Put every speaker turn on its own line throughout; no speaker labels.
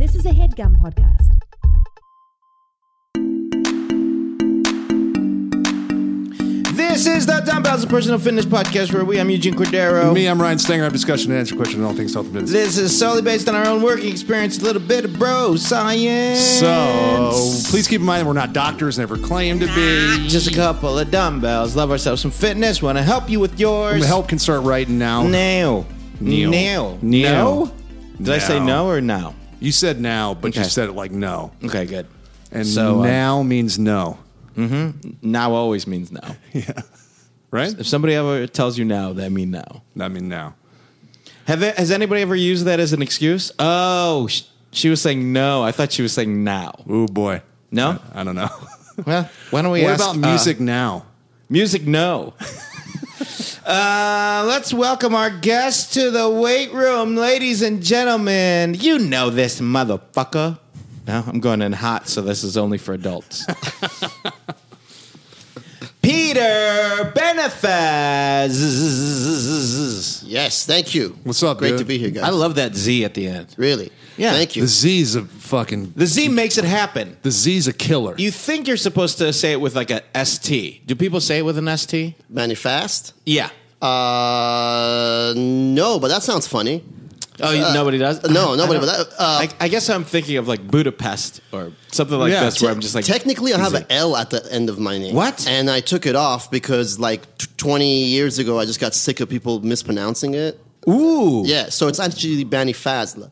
is a headgum podcast.
This is the Dumbbells and Personal Fitness Podcast where we, I'm Eugene Cordero.
Me, I'm Ryan Stenger. I have discussion and answer questions on all things health and business.
This is solely based on our own working experience, a little bit of bro science.
So please keep in mind that we're not doctors, never claim to be.
Just a couple of dumbbells. Love ourselves some fitness. Want to help you with yours?
Help can start right now.
Now.
Neil.
Now.
Neil.
Did I say
Now.
no or no?
You said now, but you
Okay.
said it like no.
Okay, good.
And
So, uh,
now means no,
Now always means no.
right?
If somebody ever tells you no, that mean no.
I mean now.
Have it, has anybody ever used that as an excuse? Oh, sh- she was saying no. I thought she was saying now.
Oh boy.
No?
I don't know.
Well, why don't we
what
ask,
about
uh,
music now?
Music, no. uh, let's welcome our guest to the weight room, ladies and gentlemen. You know this motherfucker. No, I'm going in hot, so this is only for adults. Peter Benefaz.
Yes, thank you.
What's up,
Great
dude?
to be here, guys.
I love that Z at the end.
Really.
Yeah.
Thank you.
The Z's a fucking.
The Z makes it happen.
The Z's a killer.
You think you're supposed to say it with like a ST. Do people say it with an ST?
Manifest?
Yeah.
Uh, no, but that sounds funny.
Oh, you-
Uh,
nobody does.
no,
I
nobody,
don't-
but that- uh,
I, I guess I'm thinking of like Budapest or something like
Yeah.
this, where I'm just like
technically, I have an L at the end of my name.
What?
And I took it off because, like, t- 20 years ago, I just got sick of people mispronouncing it.
ooh,
Yeah, so it's actually Bani Fazla.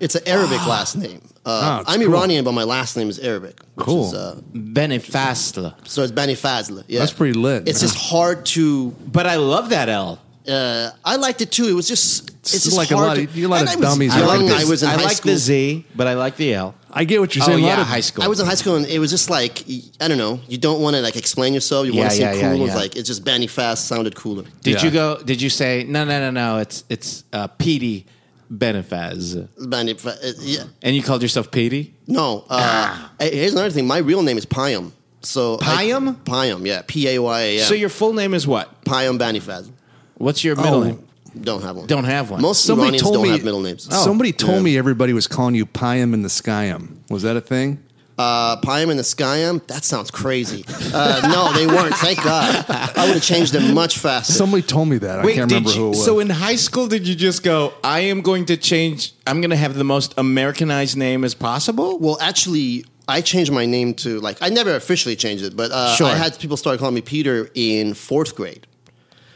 It's an Arabic last name.
Ah,
Uh,
it's
I'm
cool.
Iranian, but my last name is Arabic. Which
Cool.
Is, uh,
Benefastla.
so it's Bani Fazla. Yeah.
That's pretty lit.
It's just hard to
But I love that L.
uh, I liked it too. It was just it's,
It's
just
like a
hard
lot
to,
of- you- a lot
and
of
I was
dummies
I
like
Young,
like,
this.
I was in
I
high
like
school.
the Z, but I like the L.
I get what you're
Oh
saying. a lot
yeah,
of-
high school.
I was in high school, and it was just like y- I don't know. You don't want to like explain yourself. You
Yeah,
want to seem
yeah,
cool.
yeah,
It was
yeah.
like it's just Benny Fast sounded cooler.
Did
Yeah.
you go? Did you say no, no, no, no? It's it's uh, Petey Benefaz,
Benny, Fa- uh, yeah,
and you called yourself Petey.
no.
Ah.
Uh, hey, Here's another thing. My real name is Payam. So I-
Payam?
Payam, yeah, P A Y A M.
So your full name is what?
Payam Benny Fast.
What's your middle
Oh.
name?
Don't have one.
Don't have one.
Most
Somebody
Iranians
told
don't
me-
have middle names.
Oh.
Somebody told me everybody was calling you Piam and the Skyam. Was that a thing?
Uh, Payam and the Skyam. That sounds crazy. Uh, no, they weren't. Thank God. I would have changed them much faster.
Somebody told me that. I can't
did
remember
you,
who it was.
So in high school, did you just go? I am going to change. I'm going to have the most Americanized name as possible.
Well, actually, I changed my name to like I never officially changed it, but uh,
Sure.
I had people start calling me Peter in fourth grade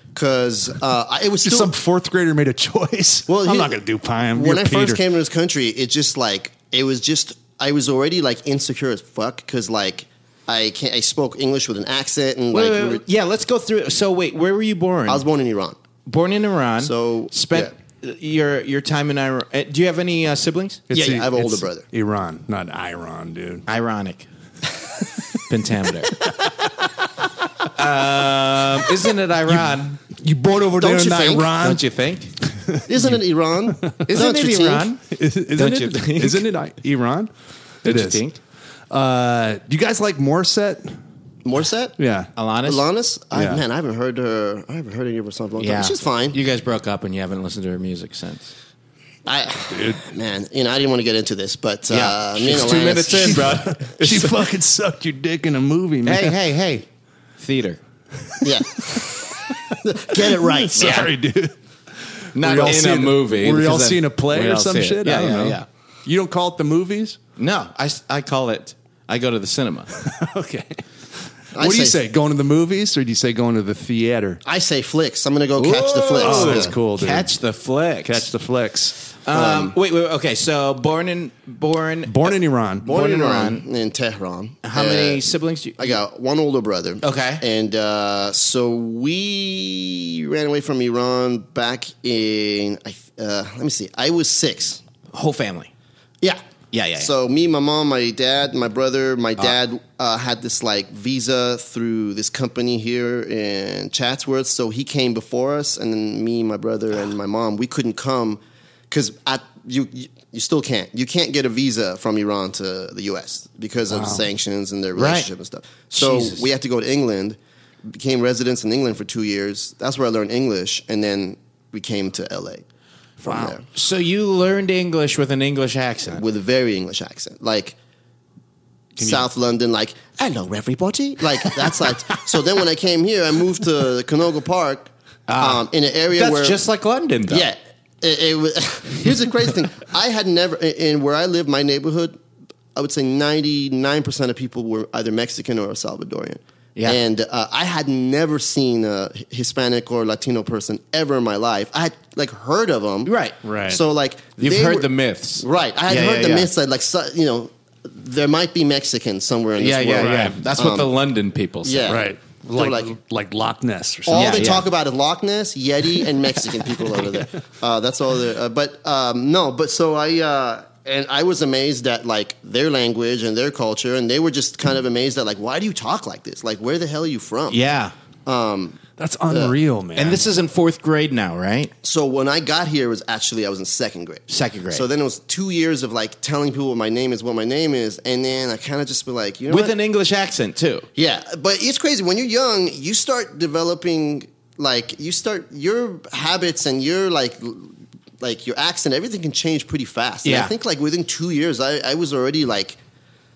because uh, I- it was
Just
still
some fourth grader made a choice.
Well,
I'm
here-
not going to do Piam.
When
You're
I
Peter.
first came to this country, it just like it was just I was already like insecure as fuck because like I can't I spoke English with an accent and
Wait,
like
wait,
we
wait.
were-
yeah, let's go through. it. So wait, where were you born?
I was born in Iran.
born in Iran.
So,
spent your your time in Iran. uh, Do you have any uh, siblings?
Yeah, yeah, I have an older
it's
brother.
Iran, not Iran, dude.
Ironic. Pentameter. um, isn't it Iran?
You brought over
Don't
there in
you think?
Iran.
Don't you think?
Isn't it Iran?
Isn't
Don't you
it
think?
Iran?
Is- isn't,
Don't
it,
you think?
isn't it I- Iran?
Don't
It
you
is.
think?
Uh, do you guys like Morset?
Morset?
Yeah.
Alanis.
Alanis? I,
Yeah.
man, I haven't heard her. I haven't heard any of her songs. in a long time.
Yeah,
She's fine.
You guys broke up and you haven't listened to her music since.
I, man, you know, I didn't want to get into this, but
Yeah.
uh, me and
It's two
Alanis-
minutes in, bro.
she fucking sucked your dick in a movie, man.
hey, hey, hey! Theater.
Yeah, get it right.
Sorry, dude.
Not
Were y'all
in a
seeing-
movie.
Were y'all
because I-
seeing a play
we
or
all see
some
it.
shit?
Yeah,
I don't
yeah,
know.
yeah.
You don't call it the movies?
No, I, s- I call it. I go to the cinema.
Okay.
I
what do you say? Going to the movies or do you say going to the theater?
I say flicks. I'm gonna go catch the flicks.
Oh,
Yeah.
that's cool, dude.
Uh, Catch the flick.
Catch the flicks.
Um, wait, wait. Okay, so born in born.
Born in Iran.
Born in
Born in
Iran, in Tehran.
how
Uh,
many siblings? Do you,
I got one older brother.
Okay.
and uh, so we ran away from Iran back in. I th- Uh, let me see. I was six.
whole family.
Yeah.
Yeah, yeah, Uh-huh. yeah.
So me, my mom, my dad, my brother, my dad uh, had this like visa through this company here in Chatsworth. So he came before us, and then me, my brother, and my mom, we couldn't come because at you, you you still can't you can't get a visa from Iran to the U.S. because of sanctions and their relationship and stuff. So
Jesus.
we had to go to England. Became residents in England for two years. That's where I learned English, and then we came to L.A. from there
So you learned English with an English accent.
with a very English accent, like South London, like "Hello, everybody." Like that's like. so then, when I came here, I moved to Canoga Park, um, in an area
Ah. That's
where
just like London, though.
yeah. It, it was, here's the crazy thing: I had never in- in where I live, my neighborhood. I would say 99% of people were either Mexican or El Salvadorian.
Yeah.
And uh, I had never seen a Hispanic or Latino person ever in my life. I had like heard of them.
Right.
Right.
So like
You've
they
heard
were-
the myths.
Right. I had
Yeah,
heard
yeah,
the
yeah.
myths that like so, you know there might be Mexicans somewhere in this
Yeah,
world.
yeah, yeah.
Right.
That's what the London people say.
Um, Yeah.
Right.
They were
Like,
like-
like Loch Ness or
All
something.
Yeah,
they
yeah.
talk about is Loch Ness, Yeti, and Mexican people over there. Uh, that's all. they're- Uh, but um, no, but so I uh, and I was amazed at like their language and their culture, and they were just kind of amazed at like why do you talk like this? Like where the hell are you from?
Yeah.
That's unreal, man.
And this is in fourth grade now, right?
So when I got here, it was actually I was in second grade.
Second grade.
So then it was two years of like telling people what my name is, what my name is, and then I kind of just be like, you know,
With
what?
an English accent, too.
Yeah, but it's crazy when you're young. You start developing like you start your habits and your like l- like your accent. Everything can change pretty fast. And
Yeah.
I think like within two years, I, I was already like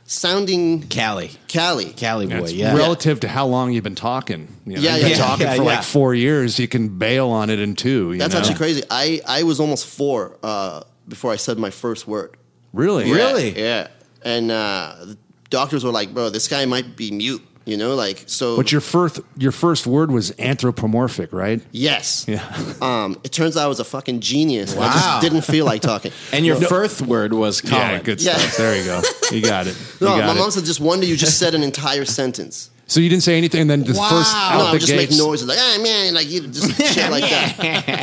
sounding
Cali.
Cali.
Cali boy,
Yeah, it's
yeah.
Relative to how long you've been talking, you know,
Yeah,
you've been
yeah,
talking
yeah,
for
yeah.
like four years, you can bail on it in two. you
That's
know?
actually crazy. I I was almost four uh, before I said my first word.
Really,
Yeah,
Really?
Yeah. And uh, the doctors were like, "Bro, this guy might be mute." You know, like so.
But your first your first word was anthropomorphic, right?
yes.
Yeah.
Um, it turns out I was a fucking genius. I
Wow.
just didn't feel like talking.
And your first word was Colin.
Yeah, good
Yeah.
stuff. There you go. You got it. You
No,
got
my
it.
mom said just one day you just said an entire sentence.
So you didn't say anything, and then the
Wow.
first out
no, I
the
would just
gates,
make noises like, ah, man, like you just shit like that.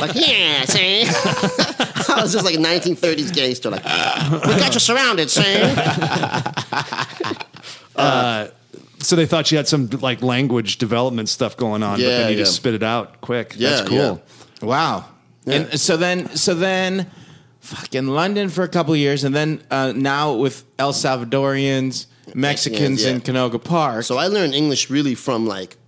like, yeah, see? I was just like a 1930s gangster, like, we got you surrounded, see?
So they thought you had some like language development stuff going on, but
Yeah,
then you
yeah.
just spit it out quick.
Yeah,
That's cool.
yeah.
Wow. And so then, so then, fucking London for a couple of years, and then uh, now with El Salvadorians, Mexicans
Yeah, yeah.
in Canoga Park.
So I learned English really from like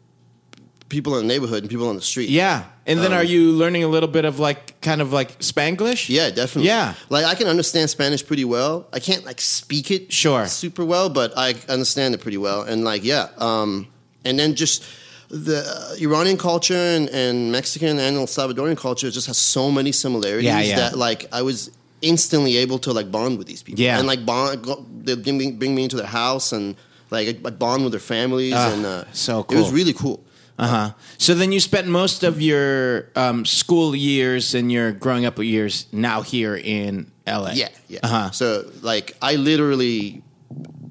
people in the neighborhood and people on the street.
yeah. And
Um,
then, are you learning a little bit of like kind of like Spanglish?
Yeah, definitely.
Yeah.
Like I can understand Spanish pretty well. I can't like speak it
Sure.
super well, but I understand it pretty well. And like yeah, um and then just the uh, Iranian culture and, and Mexican and El Salvadorian culture just has so many similarities
Yeah, yeah.
that like I was instantly able to like bond with these people.
Yeah.
And like bond go, they bring me, bring me into their house and like I bond with their families
Ah,
and uh,
so
It
cool.
was really cool.
Uh huh. So then you spent most of your um, school years and your growing up years now here in LA.
Yeah, yeah.
Uh-huh.
So like I literally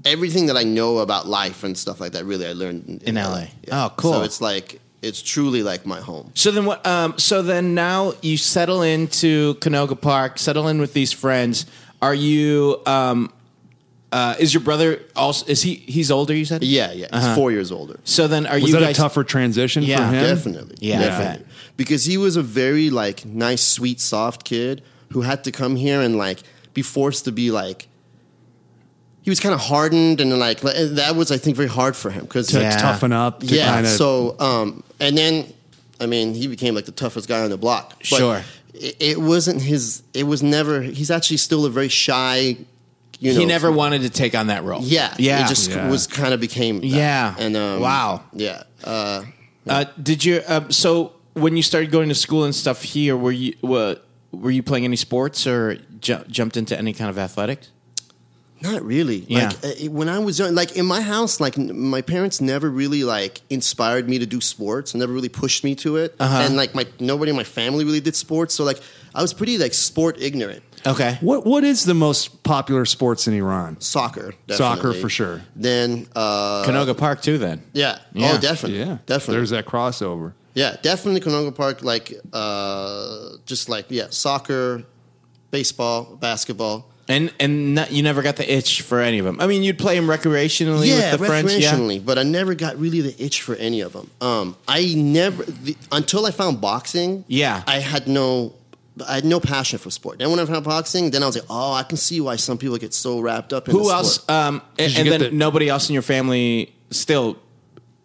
everything that I know about life and stuff like that really I learned in,
In LA.
Yeah.
Oh, cool.
So it's like it's truly like my home.
So then what? Um, so then now you settle into Canoga Park, settle in with these friends. Are you? Um, uh, is your brother also? Is he? He's older. You said.
Yeah, yeah. He's
Uh-huh.
four years older.
So then, are
Was
you
that
guys?
a tougher transition
Yeah.
for him?
Definitely.
Yeah, I
Definitely. Because he was a very like nice, sweet, soft kid who had to come here and like be forced to be like he was kind of hardened and like li- and that was I think very hard for him because
To
Yeah.
toughen up. To
yeah.
kinda,
so, um, and then, I mean, he became like the toughest guy on the block. But
Sure.
It, it wasn't his. It was never. He's actually still a very shy. You know.
he never wanted to take on that role.
Yeah.
Yeah.
It just
Yeah.
was kind of became. that.
Yeah.
And um,
Wow.
Yeah. Uh,
uh, did you? Uh, so when you started going to school and stuff here, were you? Were, were you playing any sports or ju- jumped into any kind of athletics?
Not really.
Yeah.
Like uh, it- when I was young, like in my house, like n- my parents never really like inspired me to do sports. Never really pushed me to it.
Uh-huh.
And like my nobody in my family really did sports. So like I was pretty like sport ignorant.
Okay.
what what is the most popular sports in Iran?
Soccer.
Soccer
definitely.
for sure.
Then uh,
Canoga Park too. Then.
Yeah.
Yeah.
Oh, definitely.
Yeah,
Definitely.
There's that crossover.
yeah, definitely Conongo Park, like, uh, just like, yeah, soccer, baseball, basketball.
And and not, you never got the itch for any of them. I mean, you'd play them recreationally
Yeah,
with the friends. Yeah.
recreationally, but I never got really the itch for any of them. Um, I never, the, until I found boxing,
Yeah.
I had no. I had no passion for sport. Then when I found boxing, then I was like, "Oh, I can see why some people get so wrapped up in the
Who
sport.
else? Um, and
you
and
get
then
the-
nobody else in your family still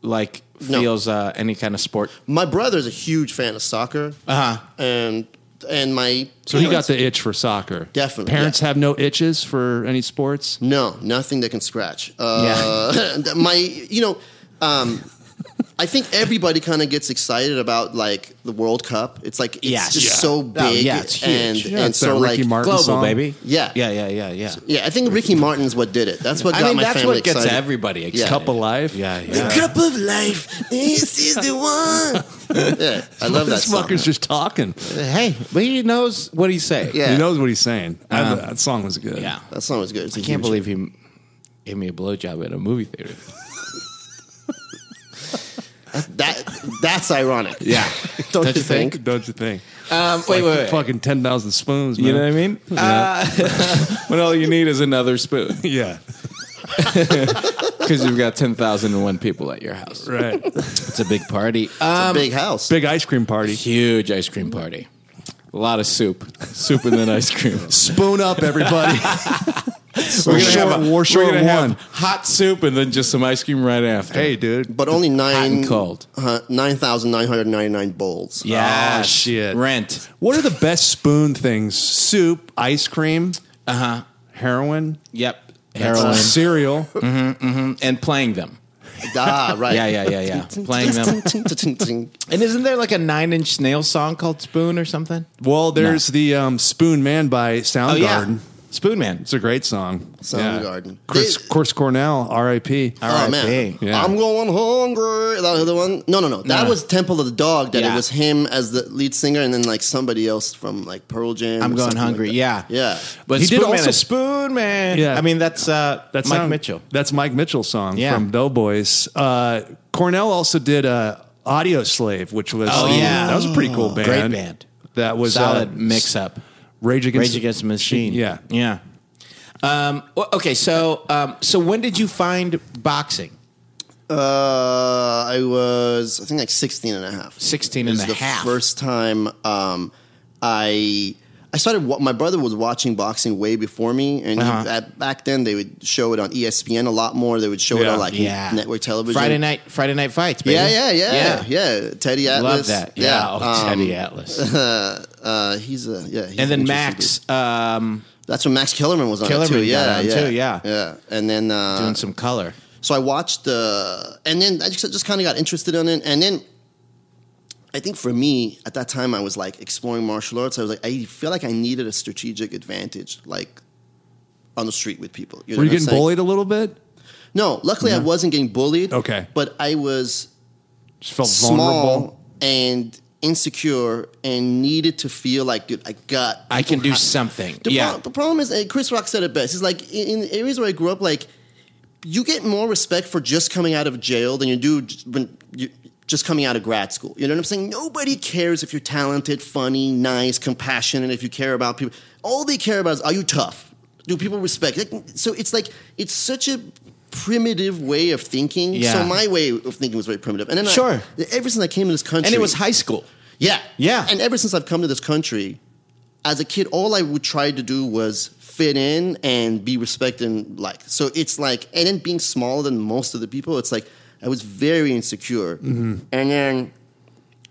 like
No.
feels uh, any kind of sport.
My brother's a huge fan of soccer,
Uh-huh.
and and my
So he got
parents-
the itch for soccer.
Definitely,
Parents
yeah.
have no itches for any sports.
No, nothing that can scratch. Uh, my, you know, um, I think everybody kind of gets excited about like the World Cup. It's like it's
Yes.
just
Yeah.
so
Oh,
big
yeah, it's huge.
and
Yeah,
and
it's that
so
Ricky
like
Martin
Global,
song.
baby.
Yeah.
Yeah, yeah, yeah, yeah.
yeah, I think Ricky Martin's what did it. That's what
I
got
mean,
my
that's
family
what gets
excited.
everybody excited.
Cup of life.
Yeah,
The
yeah.
cup of life, this is the one. yeah, I love that
This
song.
fucker's just talking.
Hey, but he knows what he's saying.
Yeah. Um,
He knows what he's saying. I- that song was good.
Yeah.
That song was good. It's a
I can't
huge-
believe he m- gave me a blowjob at a movie theater.
that. That's ironic.
Yeah.
Don't,
Don't
you
you think?
think?
Don't you think?
Um, wait, wait, wait.
Fucking ten thousand spoons. Man.
You know what I mean? Uh, when all you need is another spoon
Yeah.
because you've got 10,001 people at your house.
Right.
It's a big party.
It's
Um,
a big house.
Big ice cream party.
huge ice cream party. A lot of soup. Soup and then ice cream.
Spoon up, everybody.
We're
Short- War Shore
we're gonna
one.
have hot soup and then just some ice cream right after.
hey, dude.
but only nine
and cold.
Uh, nine thousand nine hundred ninety nine bowls.
yeah,
Ah, shit.
Rent.
What are the best spoon things? Soup, ice cream,
Uh huh.
heroin,
Yep.
that's
Heroin
cereal.
and playing them.
Ah, right.
Yeah, yeah, yeah, yeah. Playing them. And isn't there like a Nine Inch Nail song called Spoon or something?
Well, there's the um, Spoon Man by Soundgarden.
Oh, Spoon Man.
It's a great song.
Soundgarden.
Chris,
They-
Chris Cornell, R.I.P.
Oh
R.I.P..
man,
Yeah.
I'm going hungry. That other one? No, no, no. That
No.
was Temple of the Dog. That
Yeah.
it was him as the lead singer, and then like somebody else from like Pearl Jam.
I'm
or
going
something
hungry.
like that.
yeah,
yeah.
But
He
Spoon
did
Man
also-
is Spoon Man.
Yeah.
I mean that's uh,
That's
Mike
sound-
Mitchell.
That's Mike Mitchell's song
Yeah.
from Doughboys. Uh, Cornell also did uh, Audio Slave, which was
Oh, yeah.
that was a pretty cool band.
Great band.
That was
Solid
uh,
mix up.
Rage Against
Rage Against the Machine.
Yeah.
yeah. Um, well, okay, so um, so when did you find boxing?
Uh, I was, I think, like 16 and a half.
16
It
and
was
a
the
half.
first time um, I I started. wa- My brother was watching boxing way before me, and he-
Uh-huh.
at, back then they would show it on E ESPN a lot more. They would show it
Yeah.
on like
Yeah,
network television.
Friday night, Friday night fights. Baby.
Yeah, yeah, yeah, yeah, Teddy Atlas.
Love that. Yeah, oh,
um,
Teddy Atlas.
Uh, he's a yeah. he's
and
an
then
interesting dude.
Max um,
That's when Max Kellerman was on it
Kellerman
too.
got
Yeah,
on
yeah,
too, yeah.
yeah. And then uh,
doing some color.
So I watched, uh, and then I just, just kind of got interested in it. And then I think for me at that time, I was like exploring martial arts. I was like, I feel like I needed a strategic advantage, like on the street with people. know
Were you
what I'm
getting
saying?
bullied a little bit?
No, luckily I wasn't getting bullied.
Okay.
but I was
Just felt vulnerable.
small and insecure and needed to feel like, dude, I got.
I can do
people-
something.
the,
yeah,
pro- the problem is, and Chris Rock said it best. He's like, in, in areas where I grew up, like you get more respect for just coming out of jail than you do j- when you just coming out of grad school. You know what I'm saying? Nobody cares if you're talented, funny, nice, compassionate. If you care about people, all they care about is are you tough? Do people respect? Like, so it's like it's such a primitive way of thinking.
Yeah.
So my way of thinking was very primitive. And then
Sure.
I, ever since I came to this country,
and it was high school.
yeah.
Yeah.
And ever since I've come to this country, as a kid, all I would try to do was fit in and be respected and liked. So it's like, and then being smaller than most of the people, it's like I was very insecure. And then,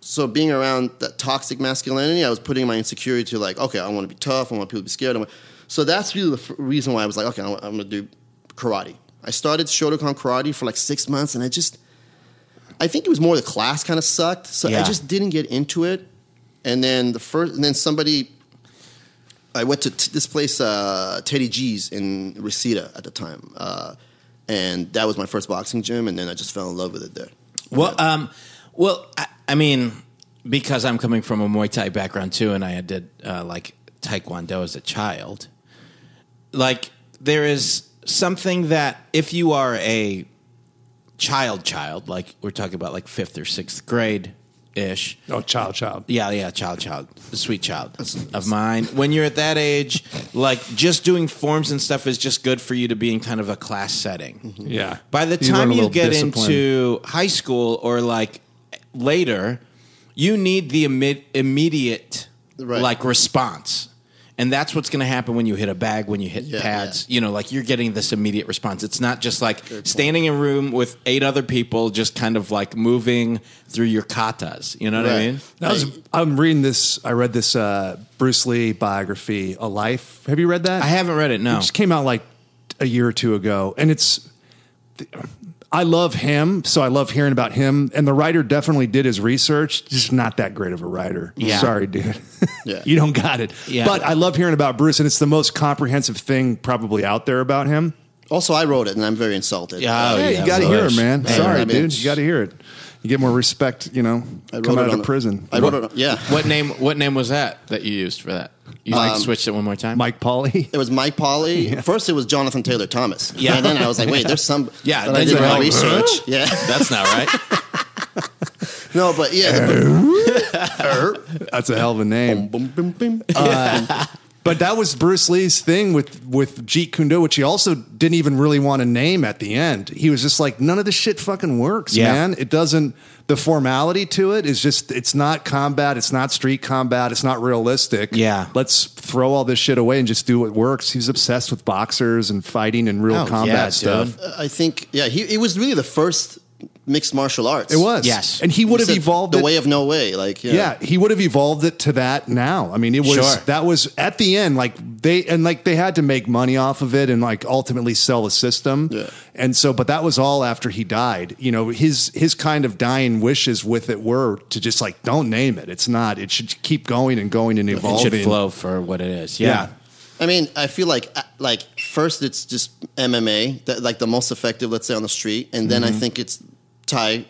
so being around that toxic masculinity, I was putting my insecurity to like, okay, I want to be tough. I want people to be scared. I want- So that's really the f- reason why I was like, okay, I'm, I'm going to do karate. I started Shotokan karate for like six months and I just, I think it was more the class kind of sucked, so
Yeah.
I just didn't get into it. And then the first, and then somebody, I went to t- this place, uh, Teddy G's in Reseda at the time, uh, and that was my first boxing gym. And then I just fell in love with it there.
Well, um, well, I, I mean, because I'm coming from a Muay Thai background too, and I did uh, like Taekwondo as a child. Like there is something that if you are a child, child, like we're talking about like fifth or sixth grade ish,
Oh, child, child.
yeah, yeah, child, child, sweet child of mine. When you're at that age, like just doing forms and stuff is just good for you to be in kind of a class setting.
Yeah.
By the
You learn
time
a
you,
little
get
discipline.
into high school or like later, you need the imme- immediate
Right.
like response. And that's what's going to happen when you hit a bag, when you hit
Yeah,
pads.
yeah.
You know, like you're getting this immediate response. It's not just like standing in a room with eight other people, just kind of like moving through your katas. You know what I
Right.
mean?
That was, I'm reading this. I read this uh, Bruce Lee biography, A Life. Have you read that?
I haven't read it. No.
It just came out like a year or two ago, and it's. I love him, so I love hearing about him. And the writer definitely did his research. Just not that great of a writer.
Yeah.
Sorry, dude.
Yeah.
you don't got it.
Yeah.
But I love hearing about Bruce, and it's the most comprehensive thing probably out there about him.
Also, I wrote it, and I'm very insulted. Uh,
Yeah, oh,
yeah, you got to
of
hear it,
course.
man.
Man,
Sorry,
I mean,
dude.
it's-
You got to hear it. You get more respect, you know,
I wrote
coming
it
out
on
of
a-
prison.
I wrote it. On, yeah,
What name? What name was that that you used for that? You
Um,
like switched it one more time.
Mike Pauley.
It was Mike Polly. First, it was Jonathan Taylor Thomas.
Yeah.
And then I was like, wait, there's some.
Yeah,
But I
then
did
you're
my
like,
research. yeah.
That's not right.
No, but yeah.
That's a hell of a name. Um,
Boom, boom, boom. Uh,
But that was Bruce Lee's thing with with Jeet Kune Do, which he also didn't even really want to name at the end. He was just like, none of this shit fucking works,
Yeah.
man. It doesn't. The formality to it is just, it's not combat. It's not street combat. It's not realistic.
Yeah.
let's throw all this shit away and just do what works. He was obsessed with boxers and fighting and real
Oh,
combat
yeah, dude.
stuff.
I think, yeah, he, it was really the first mixed martial arts.
It was
Yes.
and he would have
said
evolved
The
it-
way of no way. Like, yeah.
yeah. he would have evolved it to that now. I mean, it was
Sure.
that was at the end, like they and like they had to make money off of it and like ultimately sell the system.
Yeah.
And so, but that was all after he died. You know, his his kind of dying wishes with it were to just like don't name it. It's not. It should keep going and going and
It
evolving.
should flow for what it is.
Yeah.
Yeah.
I mean, I feel like uh, like first it's just MMA, that, like the most effective, let's say, on the street, and then
Mm-hmm.
I think it's Thai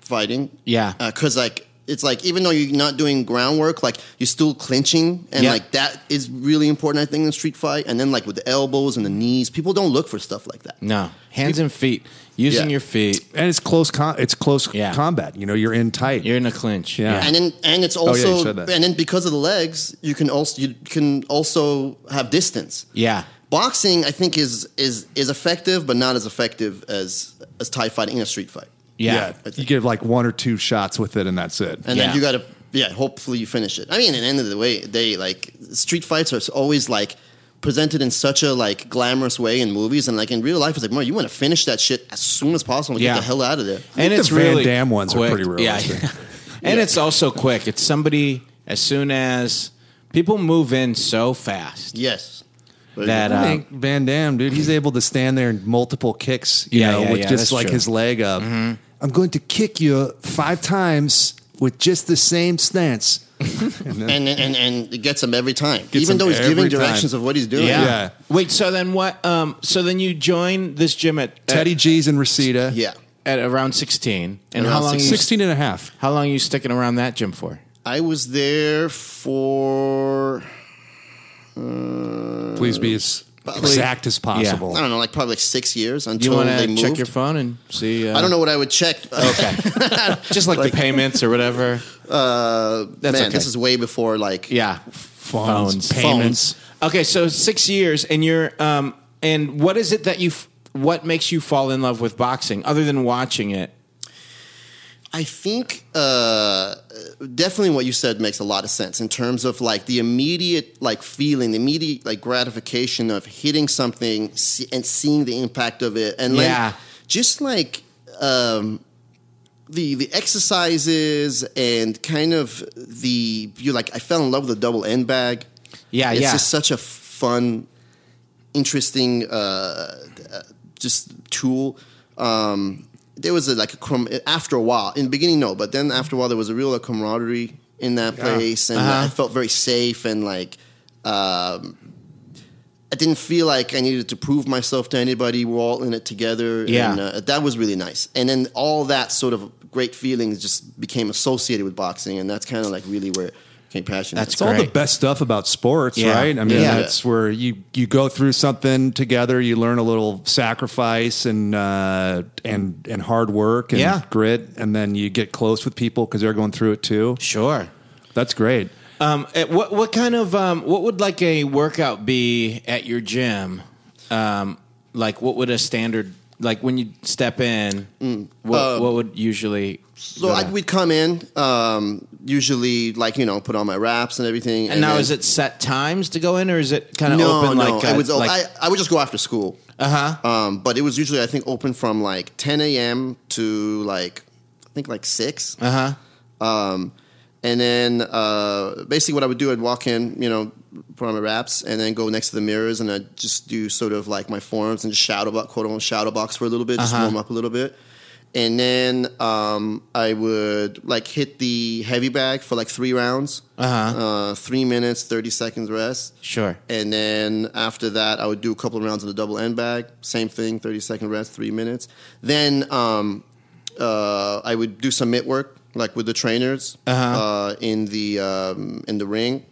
fighting.
Yeah.
because like it's like even though you're not doing groundwork, like you're still clinching, and
Yeah.
like that is really important, I think, in street fight. And then like with the elbows and the knees, people don't look for stuff like that.
No. Hands and feet. Using
Yeah.
your feet.
And it's close. Com- it's close
Yeah.
combat. You know, you're in tight.
You're in a clinch.
Yeah. Oh,
And then, and it's
yeah, you
also,
said that.
and then because of the legs, you can also you can also have distance.
Yeah.
Boxing, I think, is is is effective, but not as effective as as Thai fighting in a street fight.
Yeah.
you give like one or two shots with it, and that's it.
and
Yeah.
then you got to yeah hopefully you finish it i mean at the end of the way they like street fights are always like presented in such a like glamorous way in movies and like in real life it's like man you want to finish that shit as soon as possible
Yeah.
get the hell out of there
And
the
it's
Van
really
Damme ones are
quick.
pretty realistic.
Yeah. and it's also quick. It's somebody as soon as people move in so fast
yes Very
that
good.
I
uh,
think Van Damme, dude, he's able to stand there in multiple kicks, you
Yeah,
know,
yeah,
with
yeah,
just
that's
like
true. Mm-hmm.
his leg up. I'm going to kick you five times with just the same stance.
and, and and and it gets him every time
Gets
even
him
though he's giving
every time.
directions of what he's doing
yeah.
Yeah.
Wait, so then what um so then you join this gym at at-
Teddy G's in Reseda.
yeah
at, around 16 and how
Around
long you
16 and a half.
how long are you sticking around that gym for?
i was there for
Please be as exact as possible.
i don't know like probably like six years
Do
until
you want
they
to
moved
check your phone and see uh,
i don't know what i would check
Oh,
okay
just like, the payments or whatever.
man
okay.
this is way before like
Yeah,
Phones,
payments.
Okay, so six years, and you're um, and what is it that you? f- What makes you fall in love with boxing other than watching it?
I think uh, definitely what you said makes a lot of sense in terms of like the immediate like feeling, the immediate like gratification of hitting something see- and seeing the impact of it, and like
Yeah.
just like um, the the exercises and kind of the you like I fell in love with the double end bag.
Yeah,
it's
yeah.
just such a fun, interesting, uh, uh, just tool. Um, there was a, like a com- after a while in the beginning, no, but then after a while there was a real camaraderie in that place, and
Uh-huh.
I felt very safe and like. Um, I didn't feel like I needed to prove myself to anybody. We're all in it together.
Yeah.
And, uh, that was really nice. And then all that sort of great feelings just became associated with boxing. And that's kind of like really where it became passionate.
That's
It's all the
Great.
best stuff about sports,
Yeah.
right? I mean,
Yeah.
that's where you you go through something together. You learn a little sacrifice and uh, and and hard work and
Yeah.
grit, and then you get close with people because they're going through it too.
Sure.
That's great.
Um, at what what kind of um, what would like a workout be at your gym? Um, like what would a standard like when you
Mm, um,
step in? what, what would usually?
So I, we'd come in. Um, usually like you know put on my wraps and everything.
And now
then-
is it set times to go in, or is it kind of
no,
open
no.
like
it was,
like,
I, I would just go after school.
Uh-huh.
Um, but it was usually I think open from like 10 a.m. to like I think like six.
uh huh?
Um, and then uh, basically what I would do, I'd walk in, you know, put on my wraps, and then go next to the mirrors, and I'd just do sort of like my forms and just shadow box, quote unquote, shadow box for a little bit, just warm up a little bit. And then um, I would like hit the heavy bag for like three rounds,
Uh-huh.
uh, three minutes, thirty seconds rest.
Sure.
And then after that, I would do a couple of rounds of the double end bag. Same thing, 30 second rest, three minutes. Then um, uh, I would do some mitt work, like with the trainers
Uh-huh.
uh, in, the, um, in the ring.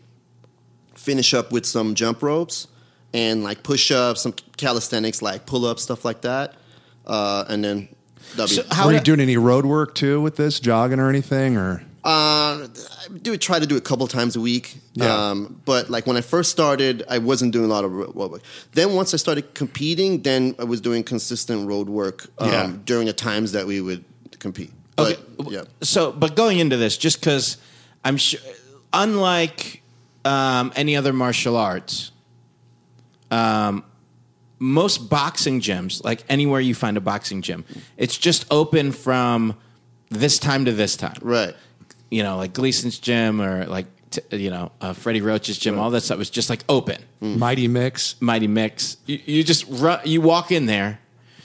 Finish up with some jump ropes and like push ups, some calisthenics, like pull ups, stuff like that. Uh, and then W.
So how
Were
do,
you doing any road work too with this jogging or anything? Or
Uh, I do try to do it a couple times a week.
Yeah.
Um, but like when I first started, I wasn't doing a lot of road work. Then once I started competing, then I was doing consistent road work um,
Yeah.
during the times that we would compete.
Okay.
But, yeah.
So, but going into this, just because I'm sure, unlike um, any other martial arts, um, most boxing gyms, like anywhere you find a boxing gym, it's just open from this time to this time.
Right.
You know, like Gleason's gym or like, t- you know, uh, Freddie Roach's gym, all that stuff was just like open.
Mighty Mix?
Mighty Mix. You, you just ru you walk in there.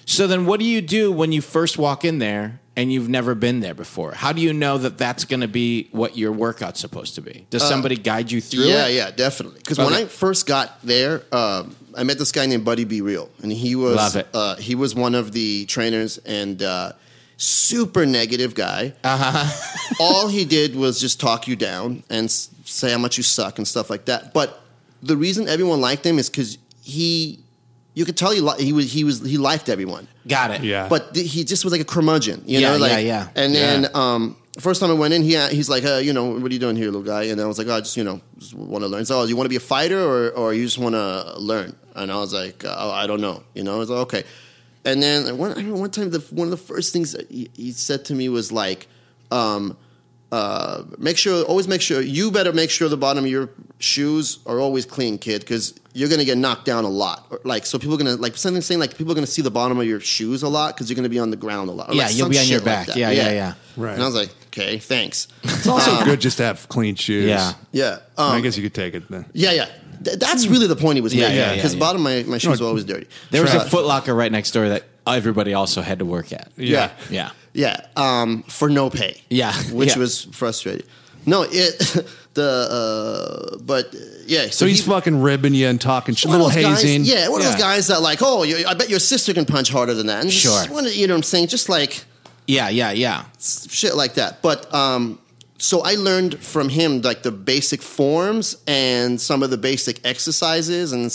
So then, what do you do when you first walk in there and you've never been there before? How do you know that that's going to be what your workout's supposed to be? Does somebody guide you through
yeah,
it?
yeah, definitely. Because when
Okay.
I first got there, um, I met this guy named Buddy Be Real, and he was
Love it.
Uh, he was one of the trainers and uh, super negative guy. Uh-huh. All he did was just talk you down and s- say how much you suck and stuff like that. But the reason everyone liked him is because he, you could tell he li- he was he was he liked everyone.
Got it.
Yeah.
But th- he just was like a curmudgeon, you
Yeah,
know, like
yeah, yeah.
And then
Yeah.
um, first time I went in, he he's like, uh, you know, what are you doing here, little guy? And I was like, oh, I just you know, just want to learn. So, oh, you want to be a fighter or or you just want to learn? And I was like, oh, I don't know, you know. I was like, okay. And then one I remember one time, the one of the first things that he, he said to me was like, um, uh, make sure always make sure you better make sure the bottom of your shoes are always clean, kid, because you're gonna get knocked down a lot. Or, like so, people are gonna like something saying like people are gonna see the bottom of your shoes a lot because you're gonna be on the ground a lot. or,
Yeah,
like,
you'll
some
be on
shit
your
like
back.
that.
yeah, yeah, yeah.
Right.
And I was like, okay, thanks.
It's also good just to have clean shoes.
um, Yeah.
yeah,
I
um,
guess you could take it then.
yeah, yeah. Th- that's really the point he was
Yeah,
making.
yeah, yeah,
Because
yeah.
bottom of my, my shoes were always dirty.
There was a
Uh,
footlocker right next door that everybody also had to work at.
Yeah.
Yeah.
Yeah, um, for no pay.
Yeah,
which
yeah.
was frustrating. No, it the uh, but uh, yeah.
So he's fucking ribbing you and talking shit,
one of
little
those guys-
hazing.
yeah, one of those guys that like, oh, you, I bet your sister can punch harder than that. And just
Sure.
wanna- you know what I'm saying? Just like
Yeah. Yeah. Yeah.
shit like that. But um, so I learned from him like the basic forms and some of the basic exercises and